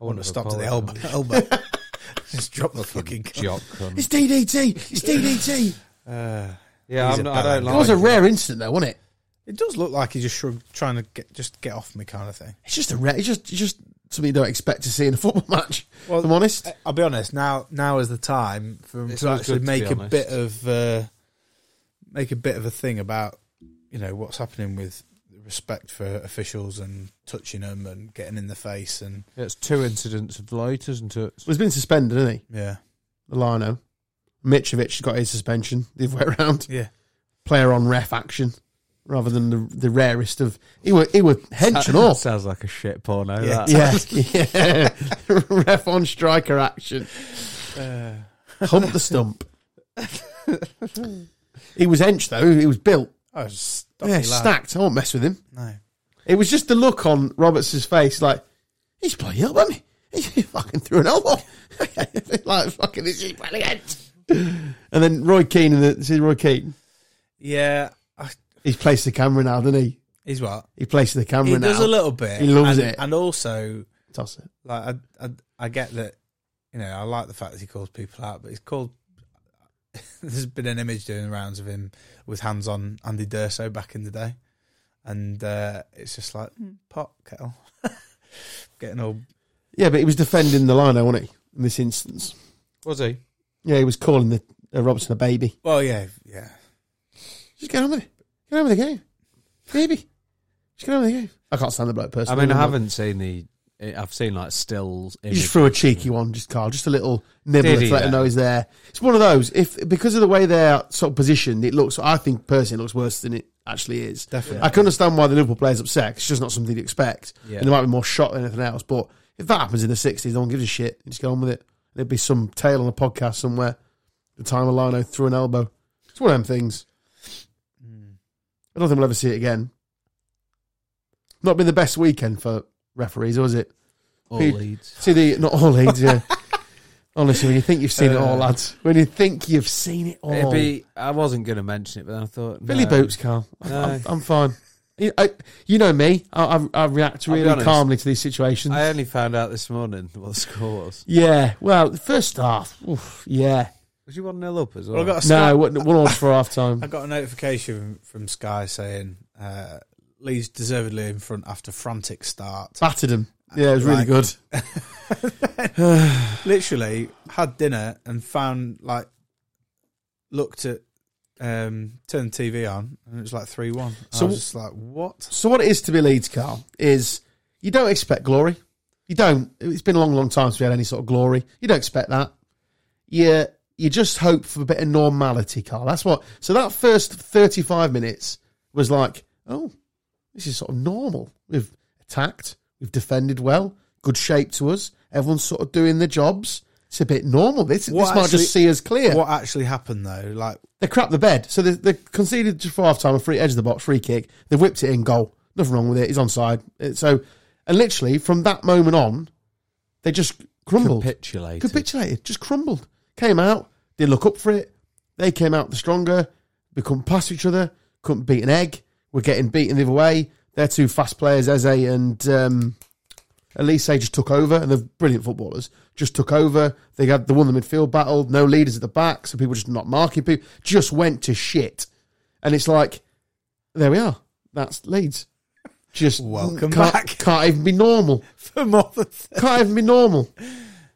S3: I wouldn't have stopped at the elbow.
S2: apologised.
S3: elbow. Just drop the fucking.
S2: Jock. cunt.
S1: It's DDT. It's DDT.
S3: Uh,
S2: Yeah,
S3: He's
S2: I'm
S3: a
S2: not, I don't
S3: bad
S1: it
S2: like.
S1: was a rare incident, though, wasn't it?
S3: it does look like he just shrugged, trying to get just get off me kind of thing.
S1: It's just a rare. It's just, it's just something you don't expect to see in a football match.
S3: Well, eh.
S1: if I'm honest.
S3: I- I'll be honest. Now, now is the time for him
S2: It's
S3: to
S2: always
S3: actually
S2: good to
S3: make
S2: be
S3: a
S2: honest.
S3: bit of uh, make a bit of a thing about you know what's happening with respect for officials and touching them and getting in the face and
S2: It's two incidents of late, isn't it?
S1: Well, he's been suspended, hasn't he?
S3: yeah,
S1: Milano. Mitrovic got his suspension the other way around.
S3: yeah.
S1: Player on ref action rather than the the rarest of. He were, he were hench and all.
S2: Sounds like a shit porno.
S3: Yeah.
S2: That.
S1: yeah, yeah. ref on striker action.
S3: Eh.
S1: Hump the stump. he was hench, though. He was built.
S3: Oh, stop
S1: yeah,
S3: me, lad.
S1: stacked. I won't mess with him.
S3: No,
S1: It was just the look on Roberts's face, like he's playing up, hasn't he? He fucking threw an elbow, like fucking this is brilliant. And then Roy Keane, and the, see Roy Keane,
S3: yeah. I,
S1: he's placed the camera now, doesn't he?
S3: he's what
S1: He placed the camera
S3: he
S1: now.
S3: does a little bit.
S1: He loves
S3: and,
S1: it.
S3: and also
S1: Toss it.
S3: like I, I, I get that. You know, I like the fact that he calls people out, but he's called. there's been an image doing the rounds of him with hands on Andy Durso back in the day, and uh, it's just like mm, pot kettle, getting all.
S1: Yeah, but he was defending the line, wasn't he? In this instance,
S2: Was he?
S1: yeah, he was calling the uh, Robertson a baby.
S3: Well, yeah, yeah.
S1: Just get on with it. Get on with the game, baby. Just get on with the game. I can't stand the bloke
S2: I
S1: personally.
S2: mean, I haven't seen the. I've seen like stills.
S1: He just threw a cheeky one, just Carl, just a little nibble
S2: Did
S1: to
S2: he,
S1: let her know
S2: though?
S1: he's there. It's one of those. If because of the way they're sort of positioned, it looks. I think personally, it looks worse than it actually is.
S3: Definitely.
S1: I can understand why the Liverpool players upset. 'cause It's just not something to expect.
S2: Yeah.
S1: And there might be more shot than anything else. But if that happens in the sixties, no one gives a shit. You just get on with it. There'd be some tale on a podcast somewhere. The time Alano threw an elbow. It's one of them things. I don't think we'll ever see it again. Not been the best weekend for referees, was it?
S2: all
S1: Pete-
S2: leads.
S1: See the not all leads, yeah. Honestly, when you think you've seen it all, lads, when you think you've seen it all,
S2: Uh, It'd be, I wasn't going to mention it, but then I thought
S1: Billy
S2: no.
S1: Boots, Carl. I'm-
S2: No.
S1: I'm, I'm fine. You, I, you know me. I, I, I react
S2: I'll be
S1: really
S2: honest.
S1: calmly to these situations.
S2: I only found out this morning what the score was.
S1: yeah. Well, the first half. Oof, yeah.
S2: Was you one nil up as
S3: Well,
S2: well?
S3: I got a
S1: No,
S3: Sky,
S1: one one all for half time.
S3: I got a notification from Sky saying uh, Leeds deservedly in front after frantic start.
S1: Battered him.
S2: Ah,
S1: Yeah, it was really
S3: Right.
S1: good.
S3: literally had dinner and found like looked at um turned the TV on and it was like three one. So
S1: So
S3: I was just like, what?
S1: So what it is to be Leeds, Carl, is you don't expect glory. You don't. It's been a long, long time since we had any sort of glory. You don't expect that. You you just hope for a bit of normality, Carl. That's what. So that first thirty-five minutes was like, oh, this is sort of normal. We've attacked. We've defended well. Good shape to us. Everyone's sort of doing their jobs. It's a bit normal. This,
S3: What
S1: this might
S3: actually-
S1: just see us clear
S3: What actually happened though? Like
S1: they crap the bed. So they, they conceded just for half time, a free edge of the box, free kick. They whipped it in goal. Nothing wrong with it. He's onside. Uh, So, and literally from that moment on, they just crumbled.
S2: capitulated.
S1: Capitulated. Just crumbled. Came out. Didn't look up for it. They came out the stronger. They couldn't pass each other. Couldn't beat an egg. We're getting beaten the other way. They're two fast players, Eze and um, Elise just took over, and they're brilliant footballers. Just took over. They had they won the midfield battle. No leaders at the back, so people just not marking people. Just went to shit, and it's like, there we are. That's Leeds. Just
S3: Welcome
S1: can't,
S3: back.
S1: Can't even be normal.
S3: for more than that.
S1: Can't even be normal.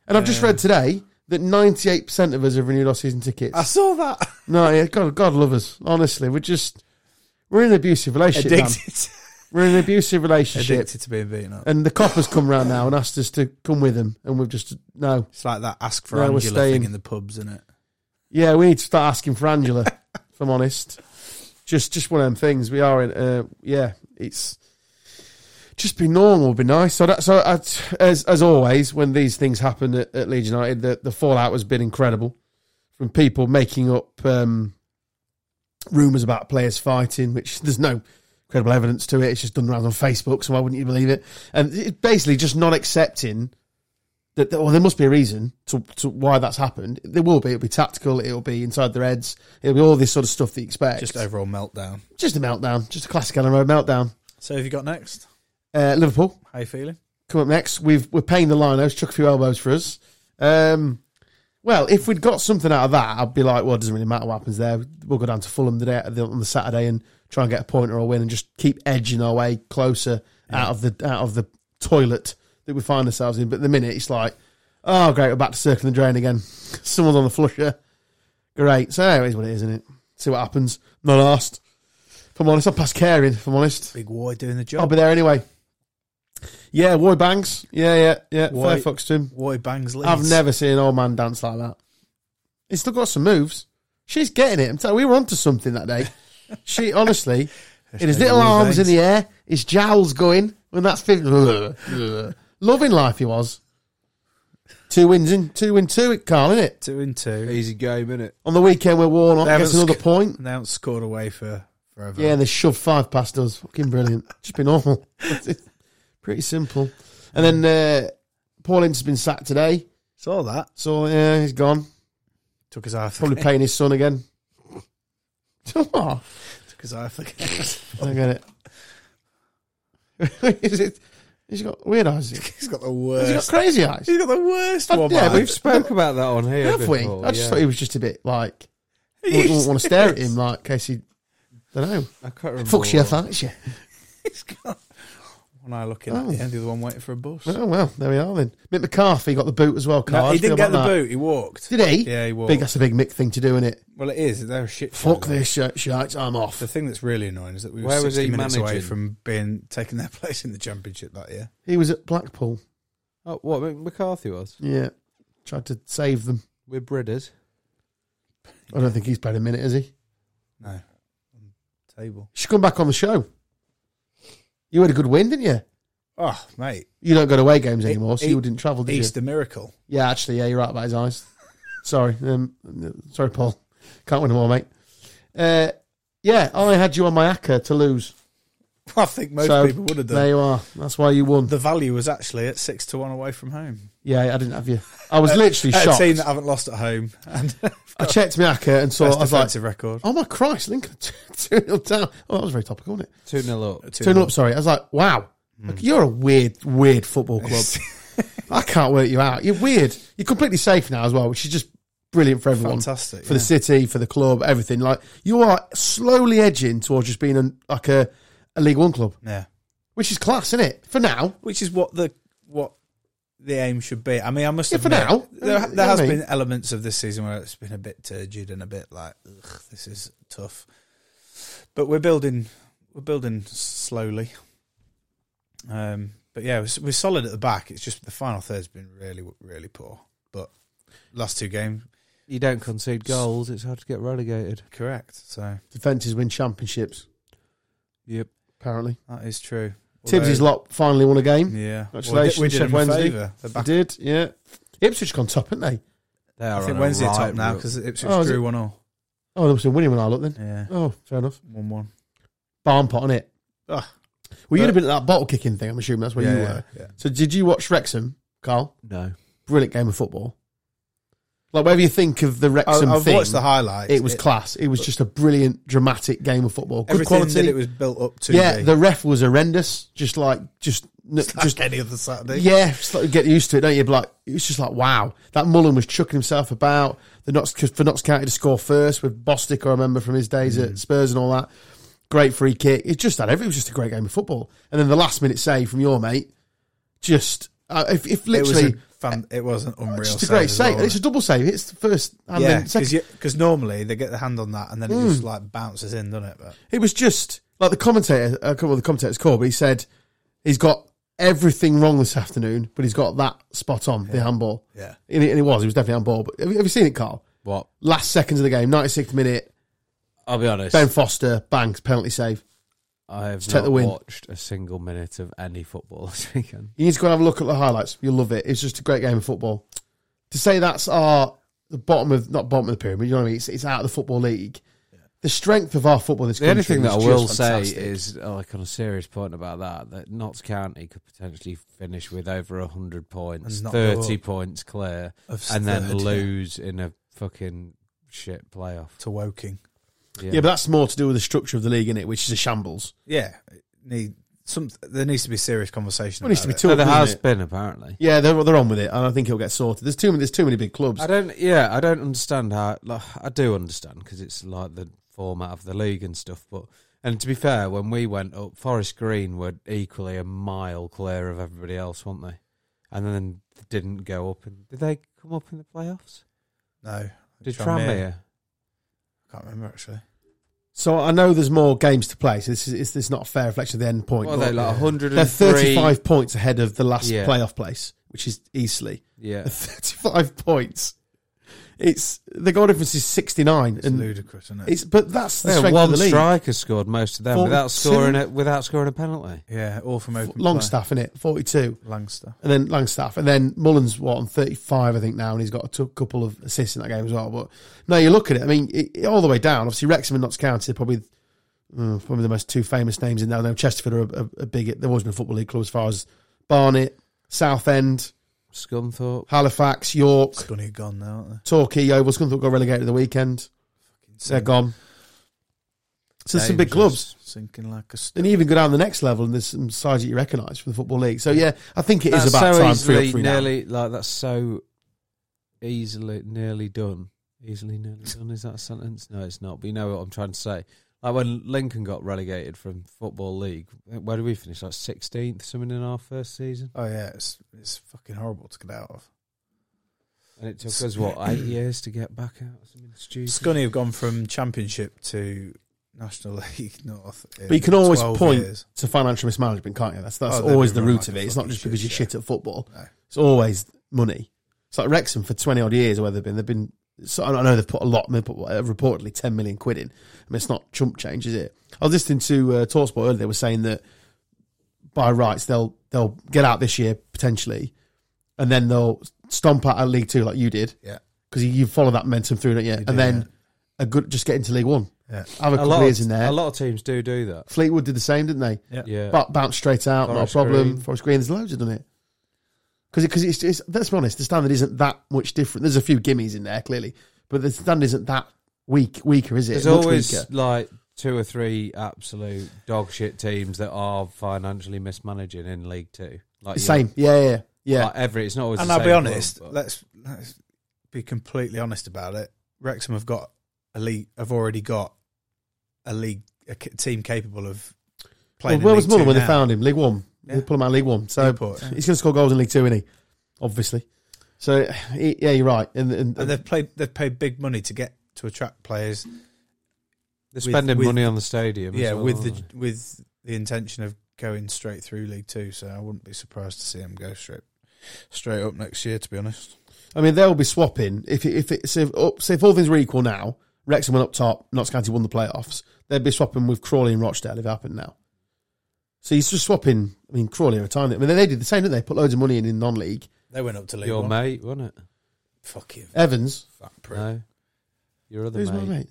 S1: And I've just read today that ninety-eight percent of us have renewed our season tickets.
S3: I saw that.
S1: No, yeah, God, God love us. Honestly, we're just we're in an abusive relationship. man.
S3: Addicted,
S1: We're in an abusive relationship,
S3: addicted to being beaten up.
S1: and the cop has come round now and asked us to come with him, and we've just no.
S3: It's like that ask for
S1: No, we're
S3: Angela
S1: staying.
S3: thing in the pubs, isn't it?
S1: Yeah, we need to start asking for Angela. if I'm honest, just just one of them things. We are in. Uh, yeah, it's just be normal, be nice. So that so I, as as always, when these things happen at, at Leeds United, the, the fallout has been incredible from people making up um, rumors about players fighting, which there's no credible evidence to it. It's just done around on Facebook, so why wouldn't you believe it? And it's basically just not accepting that. Well, there must be a reason to, to why that's happened. There will be. It'll be tactical. It'll be inside their heads. It'll be all this sort of stuff that you expect.
S3: Just overall meltdown.
S1: Just a meltdown. Just a classic Allen Road meltdown.
S3: So, have you got next?
S1: Uh, Liverpool.
S3: How you feeling?
S1: Come up next, we've we're paying the linos, chuck a few elbows for us. Um, well, if we'd got something out of that, I'd be like, well, it doesn't really matter what happens there. We'll go down to Fulham the day on the Saturday and try and get a point or a win, and just keep edging our way closer out of the out of the toilet that we find ourselves in. But at the minute, it's like, oh great, we're back to circling the drain again. Someone's on the flusher. Great. So it is what it is, isn't it? See what happens. Not asked. If I'm honest, I'm past caring. If I'm honest,
S3: Big Roy doing the
S1: I'll
S3: job.
S1: be there anyway. Yeah, Roy Banks. Yeah, yeah, yeah.
S3: Roy-
S1: Fair fucks to him.
S3: Roy bangs leads.
S1: I've never seen an old man dance like that. He's still got some moves. She's getting it. I'm telling you, we were onto something that day. She honestly, in his little
S3: Roy
S1: arms in
S3: Banks.
S1: the air, his jowls going, when that's 50. Loving life he was. Two wins in, two win two at Carl, innit?
S3: two and two.
S2: Easy game, innit?
S1: On the weekend we're worn off,
S3: They haven't
S1: gets another
S3: sc-
S1: point.
S3: And they haven't scored away for forever.
S1: Yeah, and they shoved five past us. Fucking brilliant. Just been awful. Pretty simple. And then uh, Paul Ince's been sacked today.
S3: saw that.
S1: So, yeah, he's gone.
S3: Took us half.
S1: Probably paying his son again. oh,
S3: took us half the game.
S1: I get it. Is it. He's got weird eyes. He's
S3: He's got the
S1: got
S3: worst.
S1: crazy eyes.
S3: He's got the worst
S1: Uh,
S3: one.
S1: yeah,
S3: man.
S1: we've
S2: We've spoke about that on here.
S1: Have we?
S2: before,
S1: I just
S2: yeah.
S1: thought he was just a bit like,
S3: Are you
S1: wouldn't, wouldn't want to stare at
S3: serious?
S1: him, like, in case he, don't know.
S2: I can't remember.
S1: Fucks you,
S2: what-
S1: thanks you.
S3: He's got one eye looking at
S1: Oh.
S3: the end, the other one waiting for a bus.
S1: Oh, well, there we are then. Mick McCarthy got the boot as well, Carl.
S3: No,
S1: How do
S3: he
S1: you feel
S3: didn't get the
S1: about that?
S3: boot. He walked.
S1: Did he?
S3: Yeah, he walked.
S1: Big, that's a big Mick thing to do, isn't it?
S3: Well, it is. They're a shit. show,
S1: Fuck
S3: though.
S1: this shit, shit, I'm off.
S3: The thing that's really annoying is that we were
S2: Where was
S3: 60
S2: he
S3: minutes away
S2: managing?
S3: from being taking their place in the championship that year.
S1: He was at Blackpool.
S2: Oh, what Mick McCarthy was?
S1: Yeah. Tried to save them.
S2: We're Bridders.
S1: I don't think he's played a minute, has he? You
S3: No, table.
S1: should come back on the show. You had a good win, didn't you?
S3: Oh, mate,
S1: You don't go to away games
S3: E-
S1: anymore, so
S3: E-
S1: you didn't travel, did you?
S3: Easter miracle.
S1: Yeah, actually, yeah, you're right about his eyes. sorry. Um, sorry, Paul. Can't win them all, mate. Uh, yeah, I had you on my acca to lose.
S3: I think most
S1: so
S3: people would have
S1: there
S3: done.
S1: you are. That's why you won.
S3: The value was actually at six to one away from home.
S1: yeah, I didn't have you. I was literally
S3: At
S1: shocked.
S3: A team that haven't lost at home and
S1: I checked my acca and saw. I
S3: best
S1: was like,
S3: defensive record.
S1: Oh my Christ, Lincoln, 2 0 down. Oh, that was very topical, wasn't it?
S2: 2 0 up.
S1: 2 0 up, sorry. I was like, wow,
S3: Hmm.
S1: Like, you're a weird, weird football club. I can't work you out. You're weird. You're completely safe now as well, which is just brilliant for everyone.
S3: Fantastic,
S1: For the
S3: yeah.
S1: city, for the club, everything. Like, you are slowly edging towards just being a, like a, a League One club,
S3: Yeah,
S1: which is class, isn't it? For now.
S3: which is what the what the aim should be. I mean, I must
S1: Yeah, for
S3: admit,
S1: now.
S3: there,
S1: Yeah,
S3: there has
S1: I mean.
S3: been elements of this season where it's been a bit turgid and a bit like, ugh, this is tough. But we're building, we're building slowly. Um, but yeah, we're, we're solid at the back. It's just the final third's been really, really poor. But last two games,
S2: You don't concede goals, it's hard to get relegated.
S3: correct. So
S1: Defences win championships,
S2: Yep.
S1: apparently.
S3: that is true.
S1: Tibbs'
S3: Although-
S1: lot finally won a game.
S3: Yeah, Well,
S1: Congratulations,
S3: we did, we did
S1: Chef
S3: them a
S1: Wednesday.
S3: favour. They're
S1: They
S3: back.
S1: did, yeah. Ipswich gone top, haven't they?
S2: They are
S3: I think
S2: on a
S3: Wednesday
S2: right
S3: top now
S2: route.
S3: because Ipswich
S1: Oh, is
S3: drew one all.
S1: Oh, they must have been winning when I looked then.
S3: Yeah,
S1: Oh, fair enough.
S3: one one.
S1: barn pot on it.
S3: Ugh.
S1: Well, you'd
S3: But-
S1: have been at that bottle kicking thing. I'm assuming that's where you were.
S3: Yeah.
S1: So, did you watch Wrexham, Carl?
S2: No.
S1: Brilliant game of football. Like whatever you think of the
S3: I,
S1: Wrexham
S3: I've
S1: thing,
S3: watched the highlights.
S1: it was class. It was just a brilliant, dramatic game of football. Good
S3: everything
S1: quality.
S3: that it was built up to.
S1: yeah,
S3: be.
S1: the ref was horrendous. Just like just
S3: Like
S1: just
S3: any other Saturday.
S1: yeah, just like, get used to it, don't you? But like it's just like wow, that Mullen was chucking himself about the Knox 'cause for Knox County to score first with Bostic. I remember from his days
S3: Mm.
S1: at Spurs and all that. Great free kick. It just had every. It was just a great game of football. And then the last minute save from your mate, just uh, if, if
S3: it was
S1: literally.
S3: a fan, it was an unreal.
S1: just a great
S3: as
S1: save.
S3: well,
S1: And it's a double save. It's the first and
S3: yeah,
S1: then second.
S3: because normally they get the hand on that and then it
S1: Mm.
S3: just like bounces in, doesn't it? But
S1: It was just like the commentator. uh, I can't remember what the commentator's called, but he said he's got everything wrong this afternoon, but he's got that spot on the handball.
S3: yeah,
S1: And it, and it was. It was definitely handball. But have you, have you seen it, Carl?
S2: What?
S1: Last seconds of the game, 96th minute.
S2: I'll be honest.
S1: Ben Foster bangs penalty save.
S2: I have
S1: take
S2: not
S1: the win.
S2: watched a single minute of any football this weekend.
S1: You need to go and have a look at the highlights. You'll love it. It's just a great game of football. To say that's our the bottom of not bottom of the pyramid. You know what I mean? It's, it's out of the football league. The strength of our football. in This
S2: The only
S1: country
S2: thing that I
S1: was
S2: will
S1: just
S2: say
S1: fantastic.
S2: is, oh, like on a serious point about that, that Notts County could potentially finish with over hundred points,
S3: And not go
S2: thirty
S3: up.
S2: points clear,
S3: Of
S2: and
S3: third,
S2: then
S3: yeah.
S2: lose in a fucking shit playoff.
S3: to Woking.
S1: yeah. but that's more to do with the structure of the league, in it, which is a shambles.
S3: Yeah, it need some. There needs to be serious conversation.
S1: There needs to be
S3: about
S1: two.
S2: So there
S1: doesn't
S2: has
S1: it?
S2: been apparently.
S1: Yeah, they're, they're on with it, and I think it'll get sorted. There's too many. There's too many big clubs.
S2: I don't. Yeah, I don't understand how. Like, I do understand because it's like the format of the league and stuff. But and to be fair, when we went up, Forest Green were equally a mile clear of everybody else, weren't they? And then didn't go up. And did they come up in the playoffs?
S3: it. No,
S2: Did
S3: Tranmere.
S2: Tranmere?
S3: can't remember actually.
S1: So I know there's more games to play. So this is it's, this is not a fair reflection of the end point.
S2: What are
S1: but
S2: they like? hundred
S1: they're
S2: and
S1: 35 points ahead of the last
S2: Yeah.
S1: playoff place, which is Eastleigh.
S2: Yeah.
S1: 35 points. It's the goal difference is 69,
S3: It's
S1: and
S3: ludicrous, isn't it?
S1: it's but that's the
S2: Yeah,
S1: strength of
S2: one
S1: the league.
S2: striker scored most of them
S1: Forty
S2: without scoring
S1: two.
S2: it without scoring a penalty.
S3: yeah, all from open
S1: Longstaff in it, 42,
S3: play. Langstaff.
S1: and then Langstaff, and then Mullins what on 35, I think now, and he's got a t- couple of assists in that game as well. But no, you look at it. I mean, it, it- all the way down. Obviously, Wrexham and Notts County are probably. mm, Probably the most two famous names in there. Now Chesterfield are a, a, a big. They've always been a football league club as far as Barnet, Southend,
S2: Scunthorpe.
S1: Halifax, York,
S3: It's gonna be gone now, aren't they?
S1: Torquay, Yeovil, Scunthorpe got relegated at the weekend. They're gone. So there's some big clubs.
S3: sinking like a. St-
S1: And you even go down the next level, and there's some sides that you recognise from the football league. So yeah, I think it is
S2: That's
S1: about
S2: so
S1: time
S2: easily,
S1: three up three now.
S2: nearly like that's so easily nearly done. Easily nearly done is that a sentence? No, it's not. But you know what I'm trying to say. Like when Lincoln got relegated from football league, where did we finish? Like 16th, something in our first season,
S3: oh yeah, it's it's fucking horrible to get out of.
S2: and it took us what eight years to get back out. Something stupid.
S3: Scunny have gone from Championship to National League North. in
S1: But you can always
S3: 12
S1: point
S3: years.
S1: to financial mismanagement, can't you? That's that's
S3: Oh, they've
S1: always the
S3: been
S1: root
S3: like
S1: of
S3: a
S1: it. It's not
S3: fucking
S1: just because
S3: shit
S1: you're
S3: show.
S1: shit at football.
S3: No.
S1: It's always money. It's like Wrexham for twenty odd years, or where they've been. They've been. So I know they've put a lot. They've put uh, reportedly ten million quid in. I mean, it's not chump change, is it? I was listening to uh, Talksport earlier. They were saying that by rights they'll they'll get out this year potentially, and then they'll stomp out at League Two like you did
S3: Yeah,
S1: because you, you follow that momentum through, don't you?
S3: do,
S1: and then a good just get into League One.
S3: yeah.
S1: Have a,
S2: a
S1: couple
S2: lot,
S1: of years
S2: of,
S1: in
S2: a
S1: there.
S2: lot of teams do do that.
S1: Fleetwood did the same, didn't they?
S3: Yeah.
S2: Yeah,
S1: But bounce straight out,
S2: Forest
S1: not a problem.
S2: Green.
S1: Forest Green, there's loads of done it. Because because it's, it's let's be honest, the standard isn't that much different. There's a few gimmies in there clearly, but the standard isn't that weak weaker, is it?
S2: there's
S1: Much
S2: always
S1: weaker.
S2: like two or three absolute dog shit teams that are financially mismanaging in League Two. Like
S1: the
S2: you-
S1: same. Yeah, yeah, yeah.
S2: Like every, it's not always.
S3: And
S2: the
S3: I'll
S2: same
S3: be honest.
S2: club, but-
S3: let's let's be completely honest about it. Wrexham have got a league. Have already got a league a ca- team capable of
S1: well,
S3: playing.
S1: where
S3: in
S1: was
S3: League
S1: Muller
S3: Two
S1: when they
S3: now.
S1: found him? League One.
S3: Yeah.
S1: They pull him out of League One. So
S3: Newport, yeah.
S1: he's going to score goals in League Two, isn't he? Obviously. So he- yeah, you're right. And, and,
S3: And they've played. They've paid big money to get to attract players.
S2: They're
S3: with-
S2: spending
S3: with-
S2: money on the stadium. as
S3: Yeah,
S2: well,
S3: with the
S2: aren't
S3: with the intention of going straight through League Two. So I wouldn't be surprised to see them go straight straight up next year. To be honest,
S1: I mean, they'll be swapping if if it's if, up, so if all things were equal now. Wrexham went up top. Notts County won the playoffs. They'd be swapping with Crawley and Rochdale if it happened now. So he's just swapping. I mean, Crawley are a time. I mean, they did the same, didn't they? Put loads of money in in non-league.
S3: they went up to
S2: they?
S3: League
S2: your
S3: One.
S2: mate, wasn't it?
S3: Fuck you,
S1: Evans,
S3: fat prick.
S2: No, your other
S1: who's
S2: mate.
S1: my mate?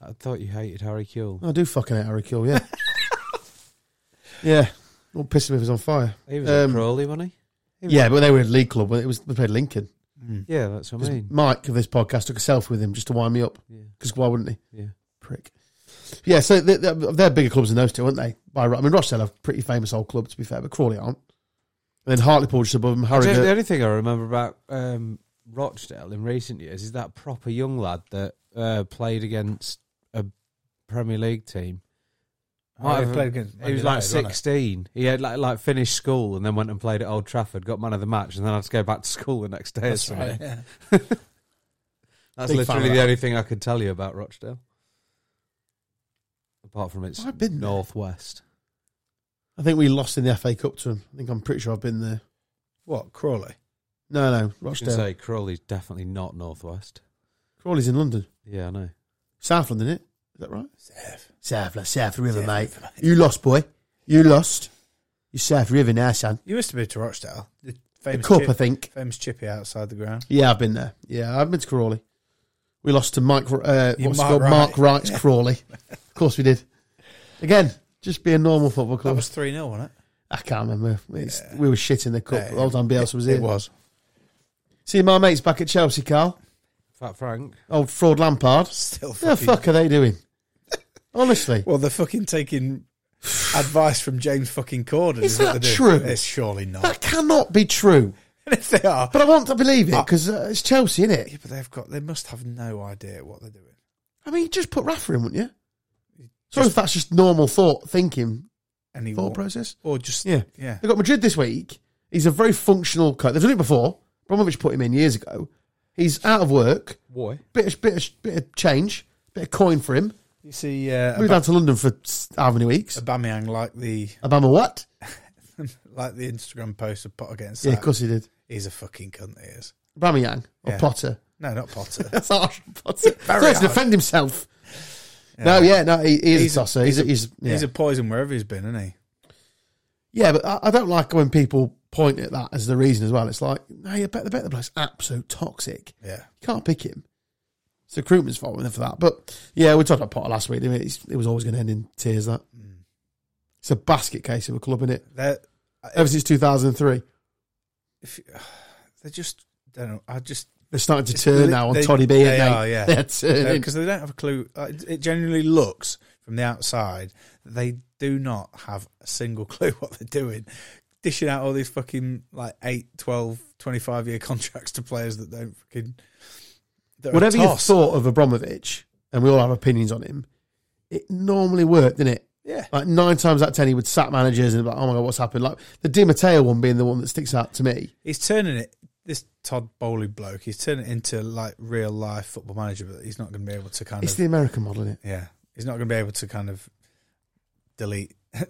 S1: Oh,
S2: I thought you hated Harry Kuehl.
S1: I do fucking hate Harry Kill. Yeah, yeah. Won't piss him if he's on fire.
S2: He was
S1: Um,
S2: at Crawley, wasn't he?
S1: Yeah, but they were a league club. But it was they played Lincoln.
S3: Mm.
S2: Yeah, that's what I
S1: 'Cause
S2: mean.
S1: Mike of this podcast took a selfie with him just to wind me up.
S2: Yeah,
S1: Because why wouldn't he?
S2: yeah.
S1: Prick. Yeah, so they're, they're bigger clubs than those two, aren't they? By right, I mean Rochdale are a pretty famous old club to be fair, but Crawley aren't. And then Hartlepool just above them.
S2: The, the
S1: Harrogate.
S2: only thing I remember about um, Rochdale in recent years is that proper young lad that uh, played against a Premier League team. Might
S3: Oh,
S2: have-
S3: against Man
S2: He was like
S3: United, wasn't it?
S2: sixteen. He had like, like finished school and then went and played at Old Trafford, got man of the match, and then had to go back to school the next day. or
S3: That's
S2: something.
S3: right. Yeah.
S2: That's
S1: Big fan
S2: literally
S1: of
S2: the
S1: that.
S2: only thing I could tell you about Rochdale, apart from its
S1: I've been there.
S2: northwest.
S1: I think we lost in the FA Cup to them. I think I'm pretty sure I've been there.
S3: What Crawley?
S1: No, no,
S2: I can
S1: Rochdale.
S2: say Crawley's definitely not northwest.
S1: Crawley's in London,
S2: Yeah, I know.
S1: South London, isn't it? Is that right?
S3: Seth.
S1: South, like South River,
S3: South
S1: mate.
S3: River, mate.
S1: You lost, boy. You lost. You South River now, son.
S3: You used to be to Rochdale. The
S1: The
S3: famous
S1: cup,
S3: chip-
S1: I think.
S3: famous chippy outside the ground.
S1: Yeah, I've been there. Yeah, I've been to Crawley. We lost to Mike. Uh,
S3: You
S1: what's Mark,
S3: Mark
S1: called?
S3: Wright.
S1: Mark Wright's Crawley. Of course, we did. Again, just be a normal football
S3: That
S1: club.
S3: was three 0 wasn't it?
S1: I can't remember. It's, We were shit in the cup.
S3: Yeah,
S1: the whole time Bielsa was
S3: it,
S1: here.
S3: was.
S1: See my mates back at Chelsea, Carl.
S2: Fat Frank.
S1: Old fraud Lampard.
S3: Still
S1: What the
S3: fucking.
S1: fuck are they doing? Honestly.
S3: Well, they're fucking taking advice from James fucking Corden.
S1: Is
S3: what
S1: that
S3: they're
S1: true?
S3: doing. It's surely not.
S1: That cannot be true.
S3: and if they are,
S1: But I want to believe it because uh, it's Chelsea, isn't it?
S3: yeah, but they've got. They must have no idea what they're doing.
S1: I mean, you just put Rafa in, wouldn't you? Sorry if that's just normal thought, thinking,
S3: Any
S1: thought
S3: war-
S1: process.
S3: or just
S1: Yeah.
S3: yeah.
S1: They've got Madrid this week. He's a very functional coach. They've done it before. Bromovich put him in years ago. He's out of work.
S2: Why?
S1: Bit of, bit of, bit of change, bit of coin for him.
S3: You see, uh,
S1: Moved down to London for s- how many weeks?
S3: Aubameyang like the
S1: Obama what?
S3: like the Instagram post of Potter getting
S1: Yeah,
S3: sacked.
S1: of course he did.
S3: he's a fucking cunt. He is.
S1: Bamiyang or
S3: Yeah.
S1: Potter.
S3: No, not Potter.
S1: That's harsh. Potter.
S3: Very
S1: Very to
S3: harsh.
S1: defend himself. No, yeah, no, he, he is
S3: He's
S1: a
S3: a-
S1: tosser. He's, a, he's, yeah.
S3: He's a poison wherever he's been, isn't he?
S1: yeah, but I, I don't like when people point at that as the reason as well. It's like, no, you bet the bet the bloke's absolute toxic.
S3: Yeah.
S1: You can't pick him. It's the recruitment's fault with him for that. But yeah, we talked about Potter last week. Didn't we? It's- It was always going to end in tears. That
S3: Mm.
S1: it's a basket case of a club, is it?
S3: They're,
S1: Ever since two thousand and three,
S3: if you, they just don't know. I just
S1: they're starting to
S3: It's-
S1: turn now on
S3: they-
S1: Toddy B.
S3: they
S1: and
S3: are, yeah.
S1: they're turning.
S3: because they don't have a clue. Uh, It it generally looks from the outside that they do not have a single clue what they're doing. Dishing out all these fucking like 8, 12, 25 year contracts to players that don't fucking. That are
S1: Whatever you
S3: toss.
S1: thought of Abramovich, and we all have opinions on him, it normally worked, didn't it?
S3: Yeah.
S1: Like nine times out of ten, he would sack managers and be like, oh my god, what's happened? Like the Di Matteo one being the one that sticks out to me.
S3: He's turning it. This Todd Bowley bloke, he's turning it into like real life football manager, but he's not going to be able to kind
S1: It's
S3: of.
S1: the American model, isn't it?
S3: yeah. He's not going to be able to kind of delete,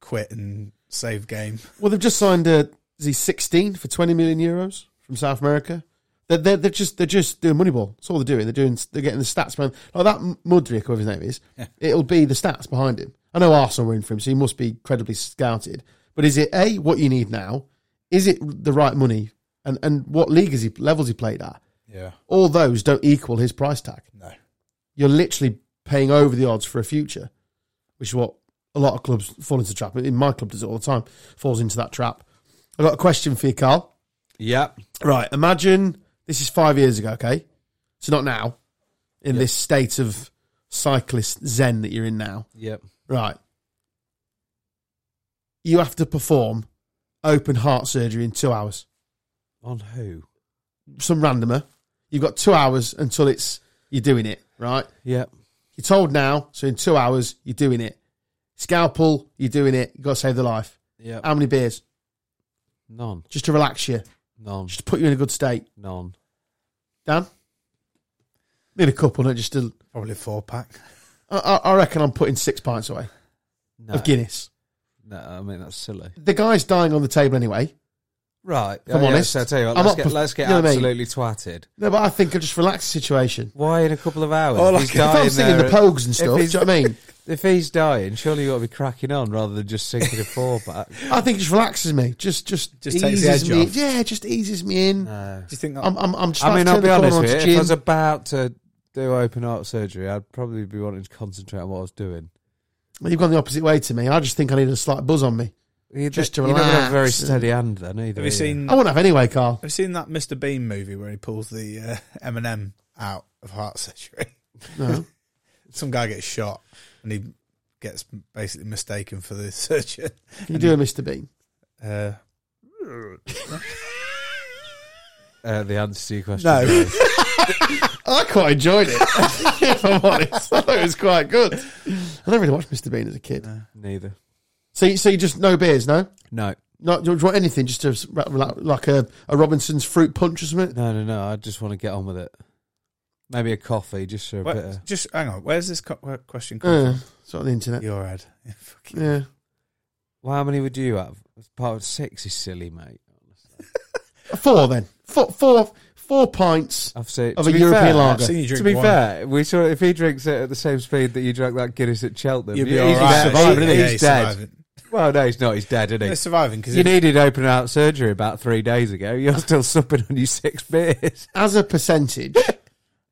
S3: quit, and save game.
S1: Well, they've just signed a is he sixteen for twenty million euros from South America. They're, they're, they're just they're just doing Moneyball. That's all they're doing. They're doing they're getting the stats man. Like that M- Mudryk, whoever his name is,
S3: Yeah.
S1: it'll be the stats behind him. I know Arsenal were in for him, so he must be credibly scouted. But is it a what you need now? Is it the right money? And and what league is he levels he played at?
S3: Yeah.
S1: All those don't equal his price tag.
S3: No.
S1: You're literally paying over the odds for a future, which is what a lot of clubs fall into trap. In my club does it all the time. Falls into that trap. I got a question for you, Carl.
S2: Yep.
S1: Right, imagine this is five years ago, okay? So not now, in
S2: Yep.
S1: this state of cyclist zen that you're in now.
S2: Yep.
S1: Right. You have to perform open heart surgery in two hours.
S2: On who?
S1: Some randomer. You've got two hours until it's you're doing it, right?
S2: Yep.
S1: You're told now, so in two hours, you're doing it. Scalpel, you're doing it. You've got to save the life.
S2: Yep.
S1: How many beers?
S2: none.
S1: Just to relax you,
S2: None.
S1: just to put you in a good state.
S2: None.
S1: Dan? Need a couple, not just to.
S3: Probably four pack.
S1: I, I I reckon I'm putting six pints away
S2: No.
S1: of Guinness.
S2: No, I mean that's silly.
S1: The guy's dying on the table anyway.
S2: Right.
S1: If I'm honest,
S2: I tell you what,
S1: I'm
S2: let's
S1: not
S2: get,
S1: prof-
S2: let's get
S1: you know what I mean?
S2: absolutely twatted.
S1: No, but I think I'll just relax the situation.
S2: Why in a couple of hours?
S3: All I
S2: He's
S3: can-
S1: If I'm
S2: dying
S1: singing the
S2: there.
S1: pogues and stuff, do you
S2: he's-
S1: know what I mean?
S2: If he's dying, surely you ought to be cracking on rather than just sinking a four back.
S1: I think it just relaxes me. Just, just,
S3: Just takes the edge
S1: me.
S3: off.
S1: Yeah, just eases me in.
S2: No.
S3: Do you think that
S1: I'm, I'm, I'm just.
S2: I
S1: like
S2: mean,
S1: to
S2: I'll
S1: turn
S2: be
S1: the corner
S2: honest with
S1: onto
S2: you.
S1: gin.
S2: If I was about to do open heart surgery, I'd probably be wanting to concentrate on what I was doing.
S1: Well, You've gone the opposite way to me. I just think I need a slight buzz on me.
S2: You,
S1: Just
S2: you
S1: to
S2: never have a very
S1: relax and-
S2: steady hand then either.
S3: Have you seen?
S1: I
S3: Have
S1: won't have anyway, Carl.
S3: you seen that Mr. Bean movie where he pulls the uh, M out of heart surgery?
S1: No.
S3: Some guy gets shot and he gets basically mistaken for the surgeon.
S1: Can you do a Mr. Bean?
S3: Uh,
S2: uh, the answer to your question?
S3: No.
S2: is
S1: I quite enjoyed it, if I'm honest. I thought it was quite good. I never really watched Mr. Bean as a kid.
S2: Neither.
S1: So, you- so you just no beers, no?
S2: No,
S1: Not, do you want anything? Just a, like, like a, a Robinson's fruit punch or something?
S2: no, no, no. I just want to get on with it. Maybe a coffee, just for a
S3: what-
S2: bit uh, of.
S3: just hang on. Where's this co- where- question come
S1: Uh, it's on the internet.
S3: from? Your head. Mm. Yeah, fuck you.
S1: Yeah.
S2: Well, how many would you have? It's Part of six is silly, mate.
S1: Four then. Four, four, four pints.
S2: I've seen
S1: Of
S2: to
S1: a
S2: be
S1: European
S2: fair,
S1: lager.
S3: I've seen you drink
S2: To be
S3: one.
S2: fair, we saw if he drinks it at the same speed that you drank that Guinness at Cheltenham,
S3: You'd be
S2: he's
S3: all right.
S2: surviving.
S3: Yeah,
S2: isn't he?
S3: he's
S2: he's dead.
S3: surviving.
S2: Well, no, he's not. He's dead, isn't he?
S3: He's surviving because
S2: You needed open out surgery about three days ago. You're still supping on your six beers.
S1: As a percentage,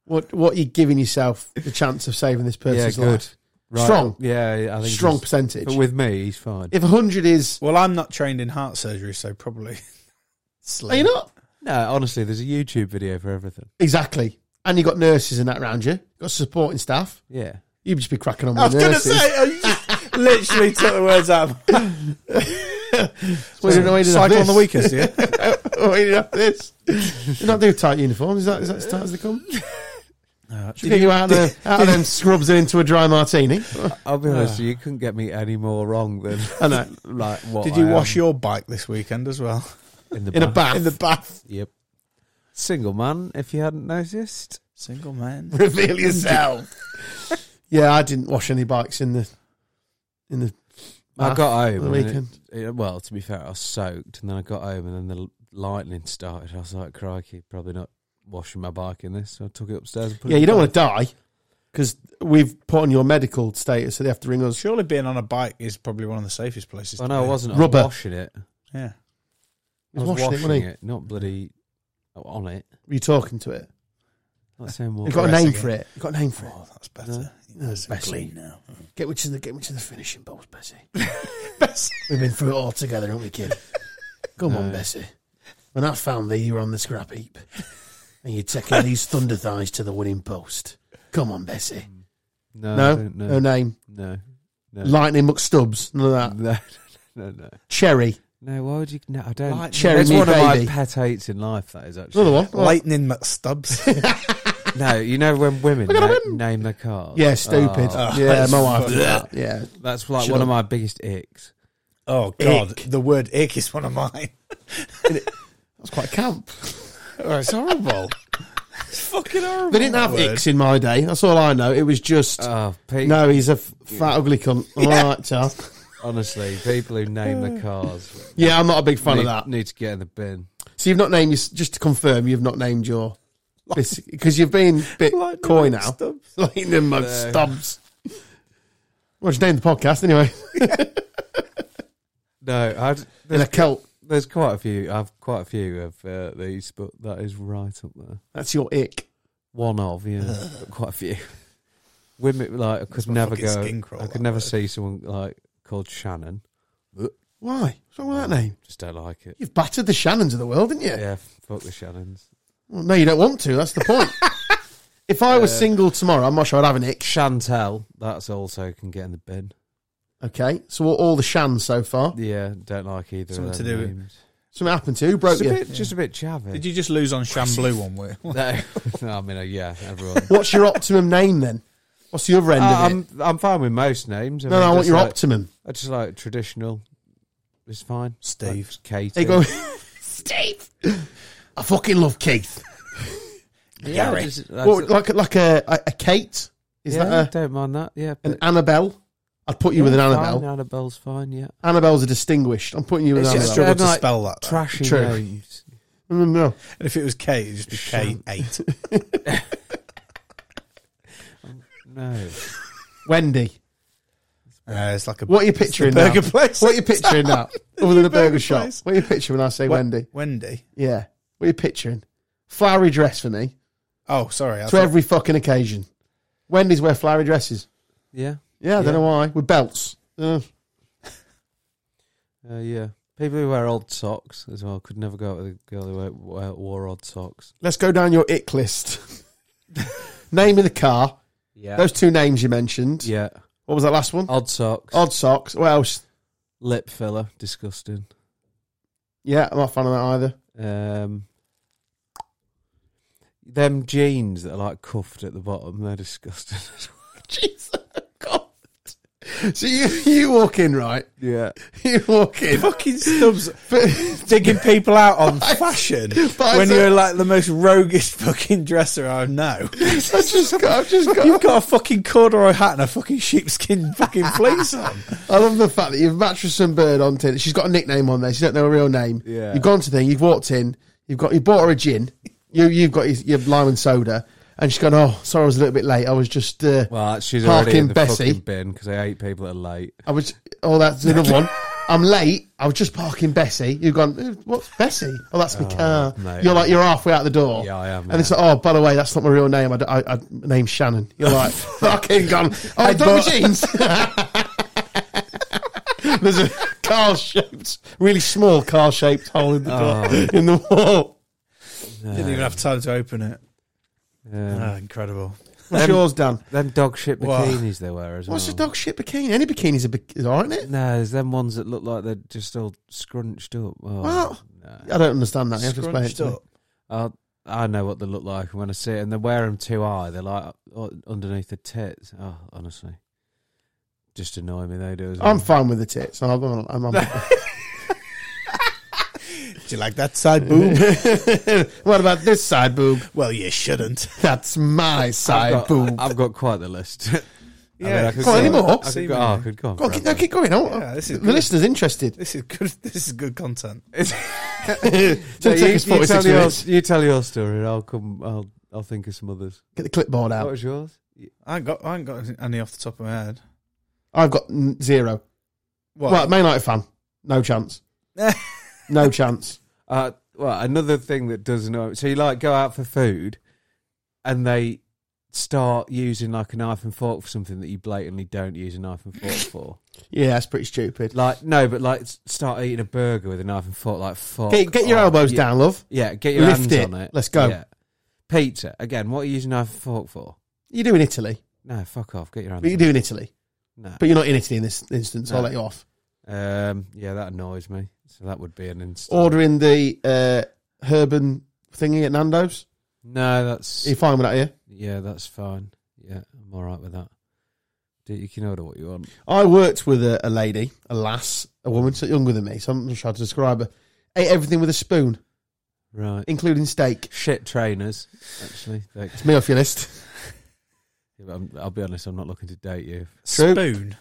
S1: what what you're giving yourself the chance of saving this person's life? Strong.
S2: Yeah, I think
S1: Strong
S2: he's-
S1: percentage.
S2: But with me, he's fine.
S1: if 100 is.
S3: Well, I'm not trained in heart surgery, so probably.
S1: Are you not?
S2: No, honestly, there's a YouTube video for everything.
S1: Exactly. And you got nurses and that around you. You've got supporting staff.
S2: Yeah.
S1: You'd just be cracking on with
S3: I was going to
S1: nurses.
S3: say, I just literally took the words out. of my
S1: Well, you don't know why you didn't have
S3: Cycle on the
S1: this.
S3: weekends, yeah.
S1: Why you didn't have this. You not do tight uniforms. Is that is that as tight as they come? Should get you out of, the, out of them scrubs and into a dry martini.
S2: I'll be honest, you couldn't get me any more wrong than
S1: Ah. I know.
S2: like what. um,
S3: Did you
S2: I
S3: wash
S2: am
S3: your bike this weekend as well?
S2: in the
S1: In a
S2: bath.
S1: bath.
S3: bath.
S2: Yep. Single man, if you hadn't noticed.
S3: Single man.
S1: Reveal yourself. yeah, I didn't wash any bikes in the in the
S2: I
S1: bath
S2: got
S1: on
S2: home
S1: the
S2: and it-
S1: weekend.
S2: it- well, to be fair, I was soaked, and then I got home, and then the l- lightning started. I was like, "Crikey, probably not washing my bike in this." So I took it upstairs. And put
S1: Yeah,
S2: it
S1: you don't
S2: back.
S1: want to die because we've put on your medical status, so they have to ring us.
S3: Surely being on a bike is probably one of the safest places.
S2: Well,
S3: to
S2: no, I
S3: be.
S2: wasn't. I
S1: Rubber.
S2: was washing it. I
S3: Yeah.
S1: He
S2: was
S1: was washing it,
S2: washing,
S1: wasn't he?
S2: it, not bloody on it.
S1: Were you talking to it?
S2: Not saying
S1: You've
S2: what.
S1: got a
S3: Caressing
S1: name
S3: it.
S1: for it. You've got a name for it.
S3: Oh, that's
S2: No.
S3: better.
S1: No,
S3: That's
S1: Bessie.
S3: clean now.
S1: Get which of the get which of the finishing balls, Bessie. We've been through it all together, haven't we, kid? Come on,
S2: No.
S1: Bessie. When I found thee, you were on the scrap heap, and you're taking these thunder thighs to the winning post. Come on, Bessie.
S2: No, I
S1: no,
S2: don't know.
S1: no name.
S2: no, no,
S1: Lightning McStubbs. None of that.
S2: no, no, no.
S1: Cherry.
S2: No, why would you? No, I don't.
S3: Lightning.
S1: Cherry
S2: That's
S1: me
S2: one
S1: baby.
S2: of my pet hates in life. That is actually
S1: Another one.
S3: Lightning McStubbs.
S2: No, you know when women
S1: Look at
S2: na-
S1: him.
S2: name their car.
S1: Yeah, stupid.
S2: Oh,
S1: yeah, my wife.
S3: fuck
S1: did that. Yeah.
S2: that's like
S1: Shut up.
S2: one of my biggest icks.
S3: oh, God.
S1: Ick.
S3: The word ick is one of mine.
S1: That's quite camp.
S3: Oh, it's horrible. it's fucking horrible.
S1: They didn't have
S3: Word.
S1: icks in my day. That's all I know. It was just
S2: Oh, Pete,
S1: no. He's a f- fat ugly cunt. I'm all right, Charles.
S2: honestly, people who name their cars
S1: Yeah, I'm not a big fan
S2: need,
S1: of that.
S2: need to get in the bin.
S1: So you've not named your, just to confirm, you've not named your because you've been a bit coy now.
S3: McStubbs.
S1: Lightning mug stubs. Well, just name the podcast anyway.
S2: No, I'd,
S1: In
S2: there's,
S1: a cult.
S2: there's quite a few. I've quite a few of uh, these, but that is right up there.
S1: That's your ick.
S2: One of yeah, but quite a few. Women like I could
S3: my
S2: never
S3: fucking
S2: go.
S3: skin crawl,
S2: I
S3: that
S2: could never
S3: word.
S2: see someone like called Shannon.
S1: Why? What's wrong with that name?
S2: Just don't like it.
S1: You've battered the Shannons of the world, didn't you?
S2: Yeah, fuck the Shannons.
S1: Well, no, you don't want to. That's the point. if I was single tomorrow, I'm not sure I'd have an ick.
S2: Chantel, that's also can get in the bin.
S1: Okay, so all, all the shans so far.
S2: Yeah, don't like either.
S3: Something
S2: of
S3: to
S2: their
S3: do with-
S2: names.
S1: Something happened to you, who broke
S2: Just a
S1: you.
S2: bit, just a bit chavvy.
S3: Did you just lose on Shamblu one way?
S2: No, no, I mean, uh, yeah, everyone.
S1: What's your optimum name then? What's the other end of
S2: I,
S1: it?
S2: I'm I'm fine with most names. I
S1: no, no, I want
S2: just
S1: your
S2: like,
S1: optimum.
S2: I just like traditional. It's fine.
S3: Steve.
S2: Like Katie.
S1: There you go. Steve. I fucking love Keith.
S2: Yeah, just- that's-
S1: Well, like like a, a a Kate. Is
S2: yeah,
S1: that
S2: don't mind that. Yeah,
S1: a, an
S2: but-
S1: Annabelle? I'd put you with an
S2: Yeah,
S1: Annabelle.
S2: Fine, Annabelle's fine.
S1: Uh,
S2: Yeah,
S1: Annabelle's a distinguished. I'm putting you with
S3: It's
S1: an
S3: just
S1: Annabelle.
S3: struggle to
S2: like,
S3: spell that. though.
S2: trashy
S1: True.
S2: names.
S1: No, no, no.
S3: And if it was Kate, it'd just be K
S2: Shan-
S3: eight.
S2: No,
S1: Wendy.
S3: Uh, it's like a
S1: What are you
S3: it's the
S1: picturing now?
S3: burger place.
S1: What are you picturing now? Other than a burger
S3: Burger
S1: shop.
S3: place.
S1: What are you picturing when I say
S3: What-
S1: Wendy?
S3: Wendy.
S1: Yeah. What are you picturing? Flowery dress for me.
S3: Oh, sorry. I
S1: to
S3: thought-
S1: every fucking occasion. Wendy's wear flowery dresses.
S2: yeah.
S1: Yeah, I don't
S2: Yeah.
S1: know why. With belts. Uh,
S2: Uh, yeah. People who wear odd socks as well could never go out with a girl who wear- wear- wore odd socks.
S1: Let's go down your ick list. Name of the car.
S2: Yeah.
S1: Those two names you mentioned.
S2: yeah.
S1: What was that last one?
S2: Odd socks.
S1: Odd socks. What else?
S2: Lip filler. Disgusting.
S1: Yeah, I'm not a fan of that either.
S2: Um, them jeans that are like cuffed at the bottom, they're disgusting.
S1: Jesus God. So you, you walk in, right?
S2: yeah.
S1: You walk in.
S3: Fucking stubs
S1: But,
S3: digging people out on fashion when
S1: I-
S3: you're like the most roguish fucking dresser I know.
S1: I just got, I've just got,
S3: You've got a fucking corduroy hat and a fucking sheepskin fucking fleece on.
S1: I love the fact that you've mattress and bird on tin. She's got a nickname on there. She don't know her real name.
S2: Yeah.
S1: You've gone to the thing. You've walked in. You've got you bought her a gin. You you've got your, your lime and soda. And she's gone. Oh, sorry, I was a little bit late. I was just. Uh,
S2: Well, she's already
S1: Parking
S2: in the
S1: Bessie.
S2: fucking bin because I hate people that are late.
S1: I was. Oh, that's another one. I'm late. I was just parking Bessie. You've gone. "Eh, What's Bessie? Oh, that's my car.
S2: mate.
S1: You're like you're halfway out the door.
S2: Yeah, I am,
S1: And it's like, oh, by the way, that's not my real name. I, d- I, I name's Shannon. You're like fucking gone. Oh, I don't have jeans. There's a car shaped, really small car shaped hole in the door,
S2: Oh.
S1: in the wall.
S3: Didn't even have time to open it.
S2: Yeah.
S3: Oh, incredible.
S1: What's
S2: Um,
S1: yours, Dan?
S2: Them dog shit
S3: Whoa.
S2: bikinis they wear as well.
S1: What's a dog shit bikini? Any bikini's a bikini, aren't it?
S2: No, there's them ones that look like they're just all scrunched up. Oh,
S1: Well-
S2: no.
S1: I don't understand that. You have to explain it
S3: Scrunched
S1: to me.
S3: up.
S2: I, I know what they look like when I see it, and they wear them too high. They're like uh, underneath the tits. Oh, honestly, just annoy me. They do. As well.
S1: I'm fine with the tits. I'm, I'm, I'm, I'm
S3: Do you like that side boob?
S1: what about this side boob?
S3: well, you shouldn't.
S1: That's my
S2: I've
S1: side
S2: got,
S1: boob.
S2: I've got quite the list.
S3: Yeah,
S2: I mean, I
S3: it's
S2: could
S1: Go on,
S2: go-
S1: any more?
S2: I could
S3: See
S2: go,
S3: me.
S2: oh, I could go on
S1: Go on, keep,
S2: forever.
S1: no, keep going. I-
S3: Yeah, this is
S1: the
S3: good.
S1: listener's interested.
S3: This is good. This is good content.
S1: It's gonna
S2: No,
S1: take
S2: you,
S1: us
S2: you
S1: 46
S2: tell your,
S1: minutes.
S2: you tell your story, and I'll come. I'll I'll think of some others.
S1: Get the clipboard
S2: What
S1: out.
S2: was yours?
S3: I ain't got. I ain't got any off the top of my head.
S1: I've got mm, zero.
S3: What?
S1: Right, Man United fan. No chance. No chance.
S2: Uh, well, another thing that does annoy. So you like go out for food, and they start using like a knife and fork for something that you blatantly don't use a knife and fork for.
S1: Yeah, that's pretty stupid.
S2: Like no, but like s- start eating a burger with a knife and fork. Like fuck.
S1: Get, get your
S2: off.
S1: elbows
S2: Oh, Yeah,
S1: down, love.
S2: Yeah, get your
S1: Lift
S2: hands
S1: it.
S2: on it.
S1: Let's go.
S2: Yeah. Pizza again. What are you using knife and fork for?
S1: You do in Italy.
S2: No, fuck off. Get your hands.
S1: But you
S2: on
S1: do in Italy.
S2: No.
S1: But you're not in Italy in this instance. I'll
S2: No.
S1: let you off.
S2: Um, yeah, that annoys me. So that would be an instant.
S1: Ordering the uh, Herban thingy at Nando's.
S2: No, that's
S1: Are you fine with that, yeah?
S2: yeah, that's fine. Yeah, I'm all right with that. Do- You can order what you want.
S1: I worked with a, a lady, a lass, a woman, so younger than me, so I'm not sure how to describe her. Ate everything with a spoon,
S2: Right.
S1: including steak.
S2: Shit trainers, actually. They-
S1: It's me off your list.
S2: I'm- I'll be honest, I'm not looking to date you.
S3: Spoon.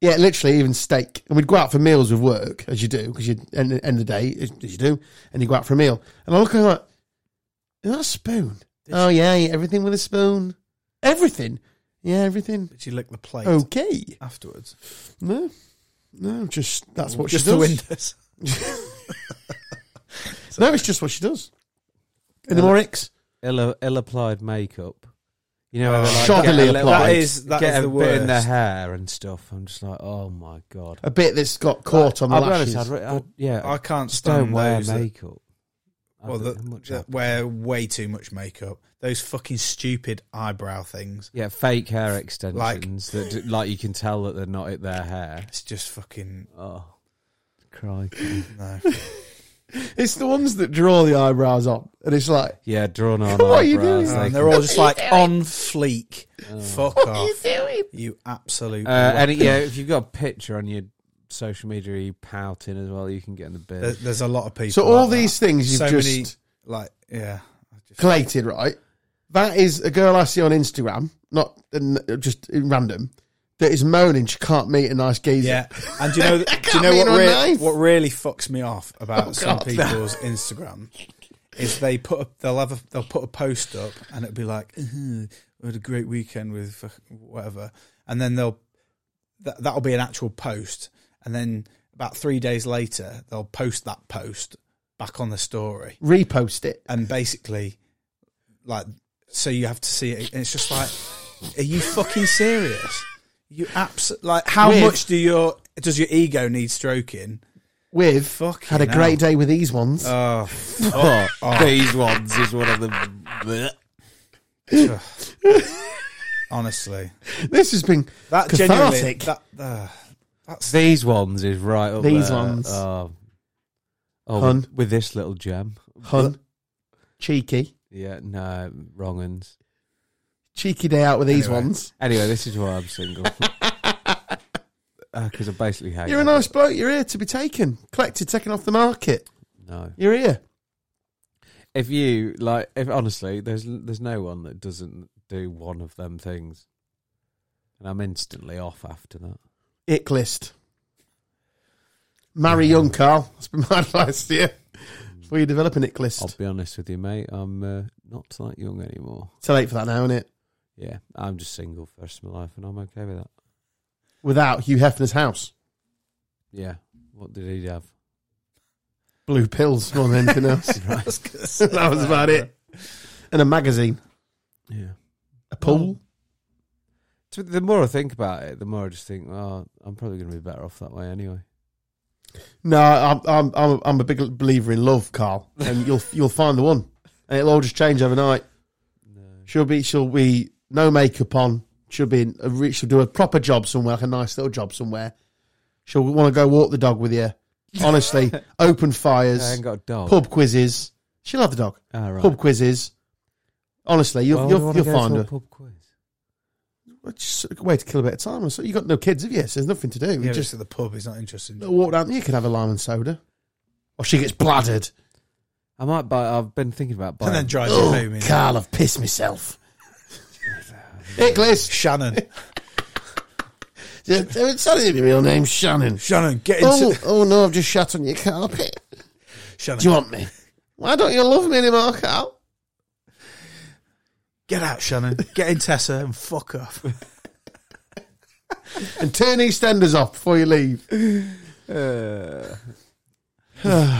S1: Yeah, literally, even steak. And we'd go out for meals with work, as you do, because you end, end of the day, as as you do, and you go out for a meal. And I look at her like, is that a spoon? oh, yeah, I eat everything with a spoon. Everything? Yeah, everything.
S3: Did you lick the plate
S1: Okay.
S3: afterwards?
S1: No, no, just that's what
S3: Just
S1: she
S3: the
S1: does.
S3: windows.
S1: No, it's just what she does. Any more icks?
S2: Ill, ill applied makeup. You know, how they, like,
S1: Shoddily
S2: get a little-
S1: applied.
S3: That is that
S2: get
S3: is
S2: a
S3: the
S2: bit
S3: worst.
S2: in their hair and stuff. I'm just like, oh my god.
S1: A bit that's got caught on the
S2: I'll be
S1: lashes.
S2: honest, I'd, re- I'd- yeah,
S3: I can't
S2: just don't
S3: stand
S2: wear
S3: those that-
S2: makeup. I
S3: well,
S2: don't
S3: that-
S2: know much
S3: that
S2: I-
S3: wear way too much makeup. Those fucking stupid eyebrow things.
S2: yeah, fake hair extensions that that, d- like you can tell that they're not at their hair.
S3: It's just fucking
S2: Oh, cry.
S3: no.
S1: It's the ones that draw the eyebrows on, and it's like,
S2: Yeah, drawn on.
S1: What are you doing?
S2: eyebrows, they
S3: and
S2: can-
S3: Um, they're all just like on fleek. Fuck off,
S1: doing?
S3: you absolute.
S2: Oh. Uh,
S3: whack.
S2: and yeah, if you've got a picture on your social media, you pouting as well. You can get in the
S3: There-
S2: bin.
S3: there's a lot of people.
S1: So all
S3: like
S1: these things you've
S3: So
S1: just
S3: many- that. like yeah,
S1: collated, right? That is a girl I see on Instagram, not n- just in random, that is moaning she can't meet a nice geezer.
S3: yeah. And do you know, do you
S1: can't
S3: know
S1: mean
S3: what?
S1: I'm
S3: rea-
S1: nice.
S3: What really fucks me off about
S1: Oh,
S3: some
S1: God.
S3: people's Instagram is they put a, they'll have a, they'll put a post up and it'll be like, "Mhm, I had a great weekend with fuck- whatever, and then they'll that that'll be an actual post, and then about three days later they'll post that post back on the story.
S1: Repost it.
S3: and basically like so you have to see it and it's just like are you fucking serious you abs- like how
S1: With-
S3: much do your does your ego need stroking
S1: with
S3: Fucking
S1: had a
S3: hell.
S1: great day with these ones.
S3: Oh,
S2: Oh, These ones is one of them. Blech.
S3: honestly,
S1: this has been
S3: that genuinely,
S1: cathartic.
S3: that, uh, that's
S2: These ones is right up
S1: These
S2: there.
S1: ones.
S2: Oh, oh
S1: Hun.
S2: with this little gem.
S1: Hun, cheeky,
S2: Yeah, no, wrong uns.
S1: cheeky day out with these
S3: Anyway.
S1: ones.
S2: Anyway, this is why I'm single. Because I basically hate
S1: You're a
S2: that.
S1: nice bloke. You're here to be taken, collected, taken off the market.
S2: No.
S1: You're here.
S2: If you, like, if honestly, there's there's no one that doesn't do one of them things. And I'm instantly off after that.
S1: Ick list. Marry young, Carl. That's been my advice to you. Before you develop an ick list.
S2: I'll be honest with you, mate. I'm uh, not that young anymore.
S1: Too late for that now, isn't it?
S2: Yeah, I'm just single for the rest of my life and I'm okay with that.
S1: Without Hugh Hefner's house.
S2: Yeah. What did he have?
S1: Blue pills more than anything else.
S3: I was gonna say
S1: that was about it. And a magazine. Oh.
S2: Yeah.
S1: A pool.
S2: So the more I think about it, the more I just think, oh, I'm probably going to be better off that way anyway.
S1: No, I'm, I'm, I'm, I'm a big believer in love, Carl. And you'll, you'll find the one. And it'll all just change overnight.
S2: No.
S1: She'll be, she'll be no makeup on. She'll be, in a re- she'll do a proper job somewhere, like a nice little job somewhere. She'll want to go walk the dog with you. Honestly, open fires.
S2: I ain't got a dog.
S1: pub quizzes. She'll have the dog.
S2: Ah, right.
S1: Pub quizzes. Honestly, you'll
S2: Why would I
S1: you'll,
S2: wanna
S1: you'll
S2: go to
S1: find
S2: a
S1: her.
S2: Pub quiz.
S1: Well, Just a way to kill a bit of time. or So you got no kids, have you? So there's nothing to do. You
S3: Yeah,
S1: just
S3: just at the pub. He's not interested.
S1: little walk down. You can have a lime and soda, or she gets bladdered.
S2: I might buy. I've been thinking about buying.
S3: and then drives him home.
S1: Oh,
S3: in
S1: Carl, I've pissed myself. Nicholas,
S3: Shannon,
S1: it's not even your real name, Shannon.
S3: Shannon, get into.
S1: Oh, oh no, I've just shat on your carpet.
S3: Shannon,
S1: Do you want me? Why don't you love me anymore, Carl?
S3: get out, Shannon. Get in Tessa and fuck off.
S1: And turn EastEnders off before you leave.
S2: Uh,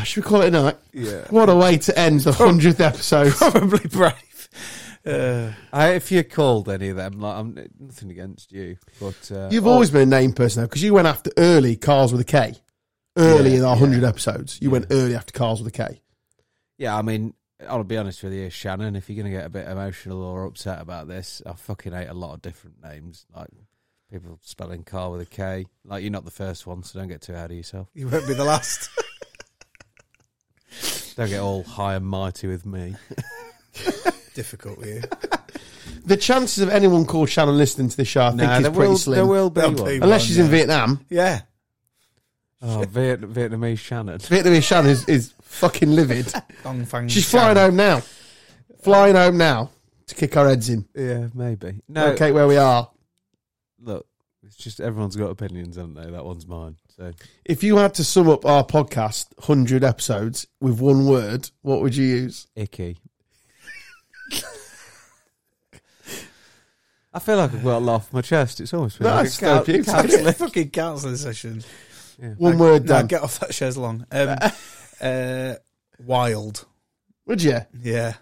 S1: Should we call it a night?
S2: yeah.
S1: What a way to end the hundredth episode.
S3: Probably brave. Uh,
S2: I, if you're called any of them, like I'm nothing against you, but uh,
S1: You've
S2: oh,
S1: always been a name person though, because you went after early Cars with a K. Early
S2: Yeah,
S1: in our
S2: yeah.
S1: hundred episodes, you went early after Cars with a K.
S2: yeah. I mean, I'll be honest with you, Shannon. If you're gonna get a bit emotional or upset about this, I fucking hate a lot of different names, like people spelling car with a K. Like you're not the first one, so don't get too out of yourself.
S3: you won't be the last.
S2: Don't get all high and mighty with me.
S3: Difficult with you.
S1: The chances of anyone called Shannon listening to this show, I
S2: No,
S1: think, is
S2: there
S1: pretty
S2: will there
S1: slim.
S2: will be
S3: There'll
S2: one.
S3: be
S1: Unless
S3: one,
S1: she's in
S3: yeah.
S1: Vietnam,
S3: Yeah.
S2: Oh, Viet- Vietnamese Shannon.
S1: Vietnamese Shannon is, is fucking livid.
S3: Dong Fang
S1: She's flying
S3: Shannon.
S1: home now, flying home now to kick our heads in.
S2: Yeah, maybe. No,
S1: Okay, where we are.
S2: look, it's just everyone's got opinions, haven't they? That one's mine. So
S1: If you had to sum up our podcast hundred episodes with one word, what would you use?
S2: icky. I feel like I've got a lot off my chest. It's almost been
S1: No,
S2: like
S1: it's
S2: a cou-
S1: therapeutic.
S2: counselling.
S3: fucking counselling session.
S1: One word,
S3: No,
S1: Dan.
S3: get off that chaise long. Um, uh, wild.
S1: Would you?
S3: Yeah.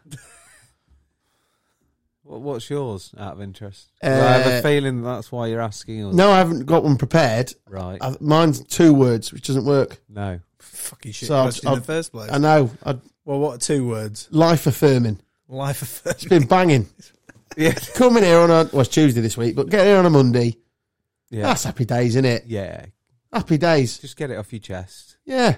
S2: What, what's yours out of interest?
S1: Uh,
S2: I have a feeling that's why you're asking us.
S1: No, I haven't got one prepared.
S2: Right.
S1: I, mine's two words, which doesn't work.
S2: no.
S3: Fucking shit
S1: So I've-
S3: question in
S1: I've-
S3: the first place.
S1: I know. I,
S3: well, what are two words?
S1: life affirming.
S3: Life affirming.
S1: Been banging.
S2: Yeah.
S1: Coming here on a well, it's Tuesday this week, but getting here on a Monday.
S2: Yeah.
S1: That's happy days, isn't it?
S2: yeah.
S1: Happy days.
S2: Just get it off your chest.
S1: Yeah.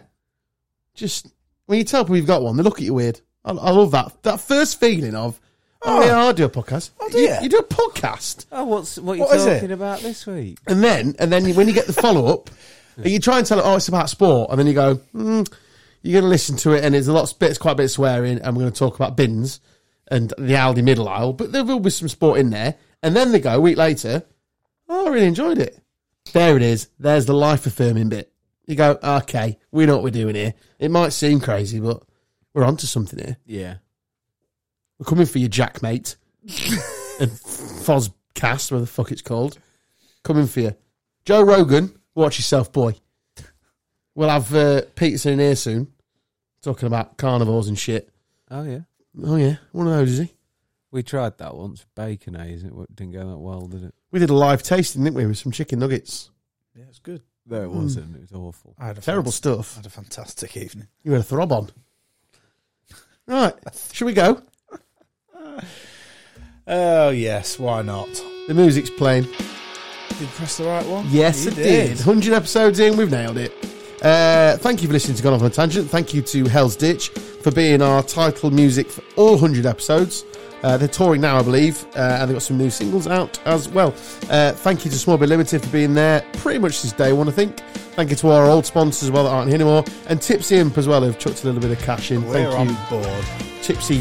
S1: Just when you tell people you've got one, they look at you weird. I, I love that that first feeling of oh,
S3: Oh.
S1: yeah, I do a podcast.
S3: Oh, do
S1: you,
S3: ya?
S1: you do a podcast,
S2: Oh, what's what you
S1: What is it?
S2: talking about this week?
S1: and then and then you, when you get the follow up, and you try and tell it, oh, it's about sport, and then you go, mm, you're going to listen to it, and there's a lot of bits, quite a bit of swearing, and we're going to talk about bins and the Aldi middle aisle, but there will be some sport in there, and then they go a week later, oh, I really enjoyed it. There it is. There's the life affirming bit. You go, okay, we know what we're doing here. It might seem crazy, but we're onto something here.
S2: Yeah.
S1: We're coming for you, Jack, mate. and Fozcast, whatever the fuck it's called. Coming for you. Joe Rogan, watch yourself, boy. We'll have uh, Peterson in here soon, talking about carnivores and shit.
S2: Oh, yeah.
S1: Oh, yeah, one of those, is he?
S2: We tried that once. Bacon A's. It didn't go that well, did it?
S1: We did a live tasting, didn't we, with some chicken nuggets.
S3: Yeah, it's good.
S1: Mm.
S2: No, it wasn't. It was awful.
S3: I had a
S1: Terrible
S3: fant- I
S1: stuff.
S3: had a fantastic evening.
S1: You had a throb on. Right, shall we go?
S3: Oh yes, why not?
S1: The music's playing.
S3: Did you press the right one?
S1: Yes,
S3: You
S1: it did. 100 episodes in, we've nailed it. Uh, thank you for listening to Gone Off on a Tangent. Thank you to Hell's Ditch for being our title music for all 100 episodes. Uh, they're touring now, I believe, uh, and they've got some new singles out as well. Uh, thank you to Small Bit Limited for being there pretty much since day one, I think. Thank you to our old sponsors as well that aren't here anymore. And Tipsy Imp as well, who've chucked a little bit of cash in.
S3: We're
S1: thank you.
S3: on board.
S1: Tipsy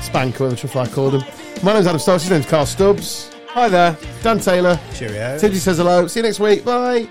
S1: Spank, whatever the truffle I called him. My name's Adam Stokes, his name's Carl Stubbs. Hi there, Dan Taylor.
S3: Cheerio.
S1: Timsy says hello. See you next week. Bye.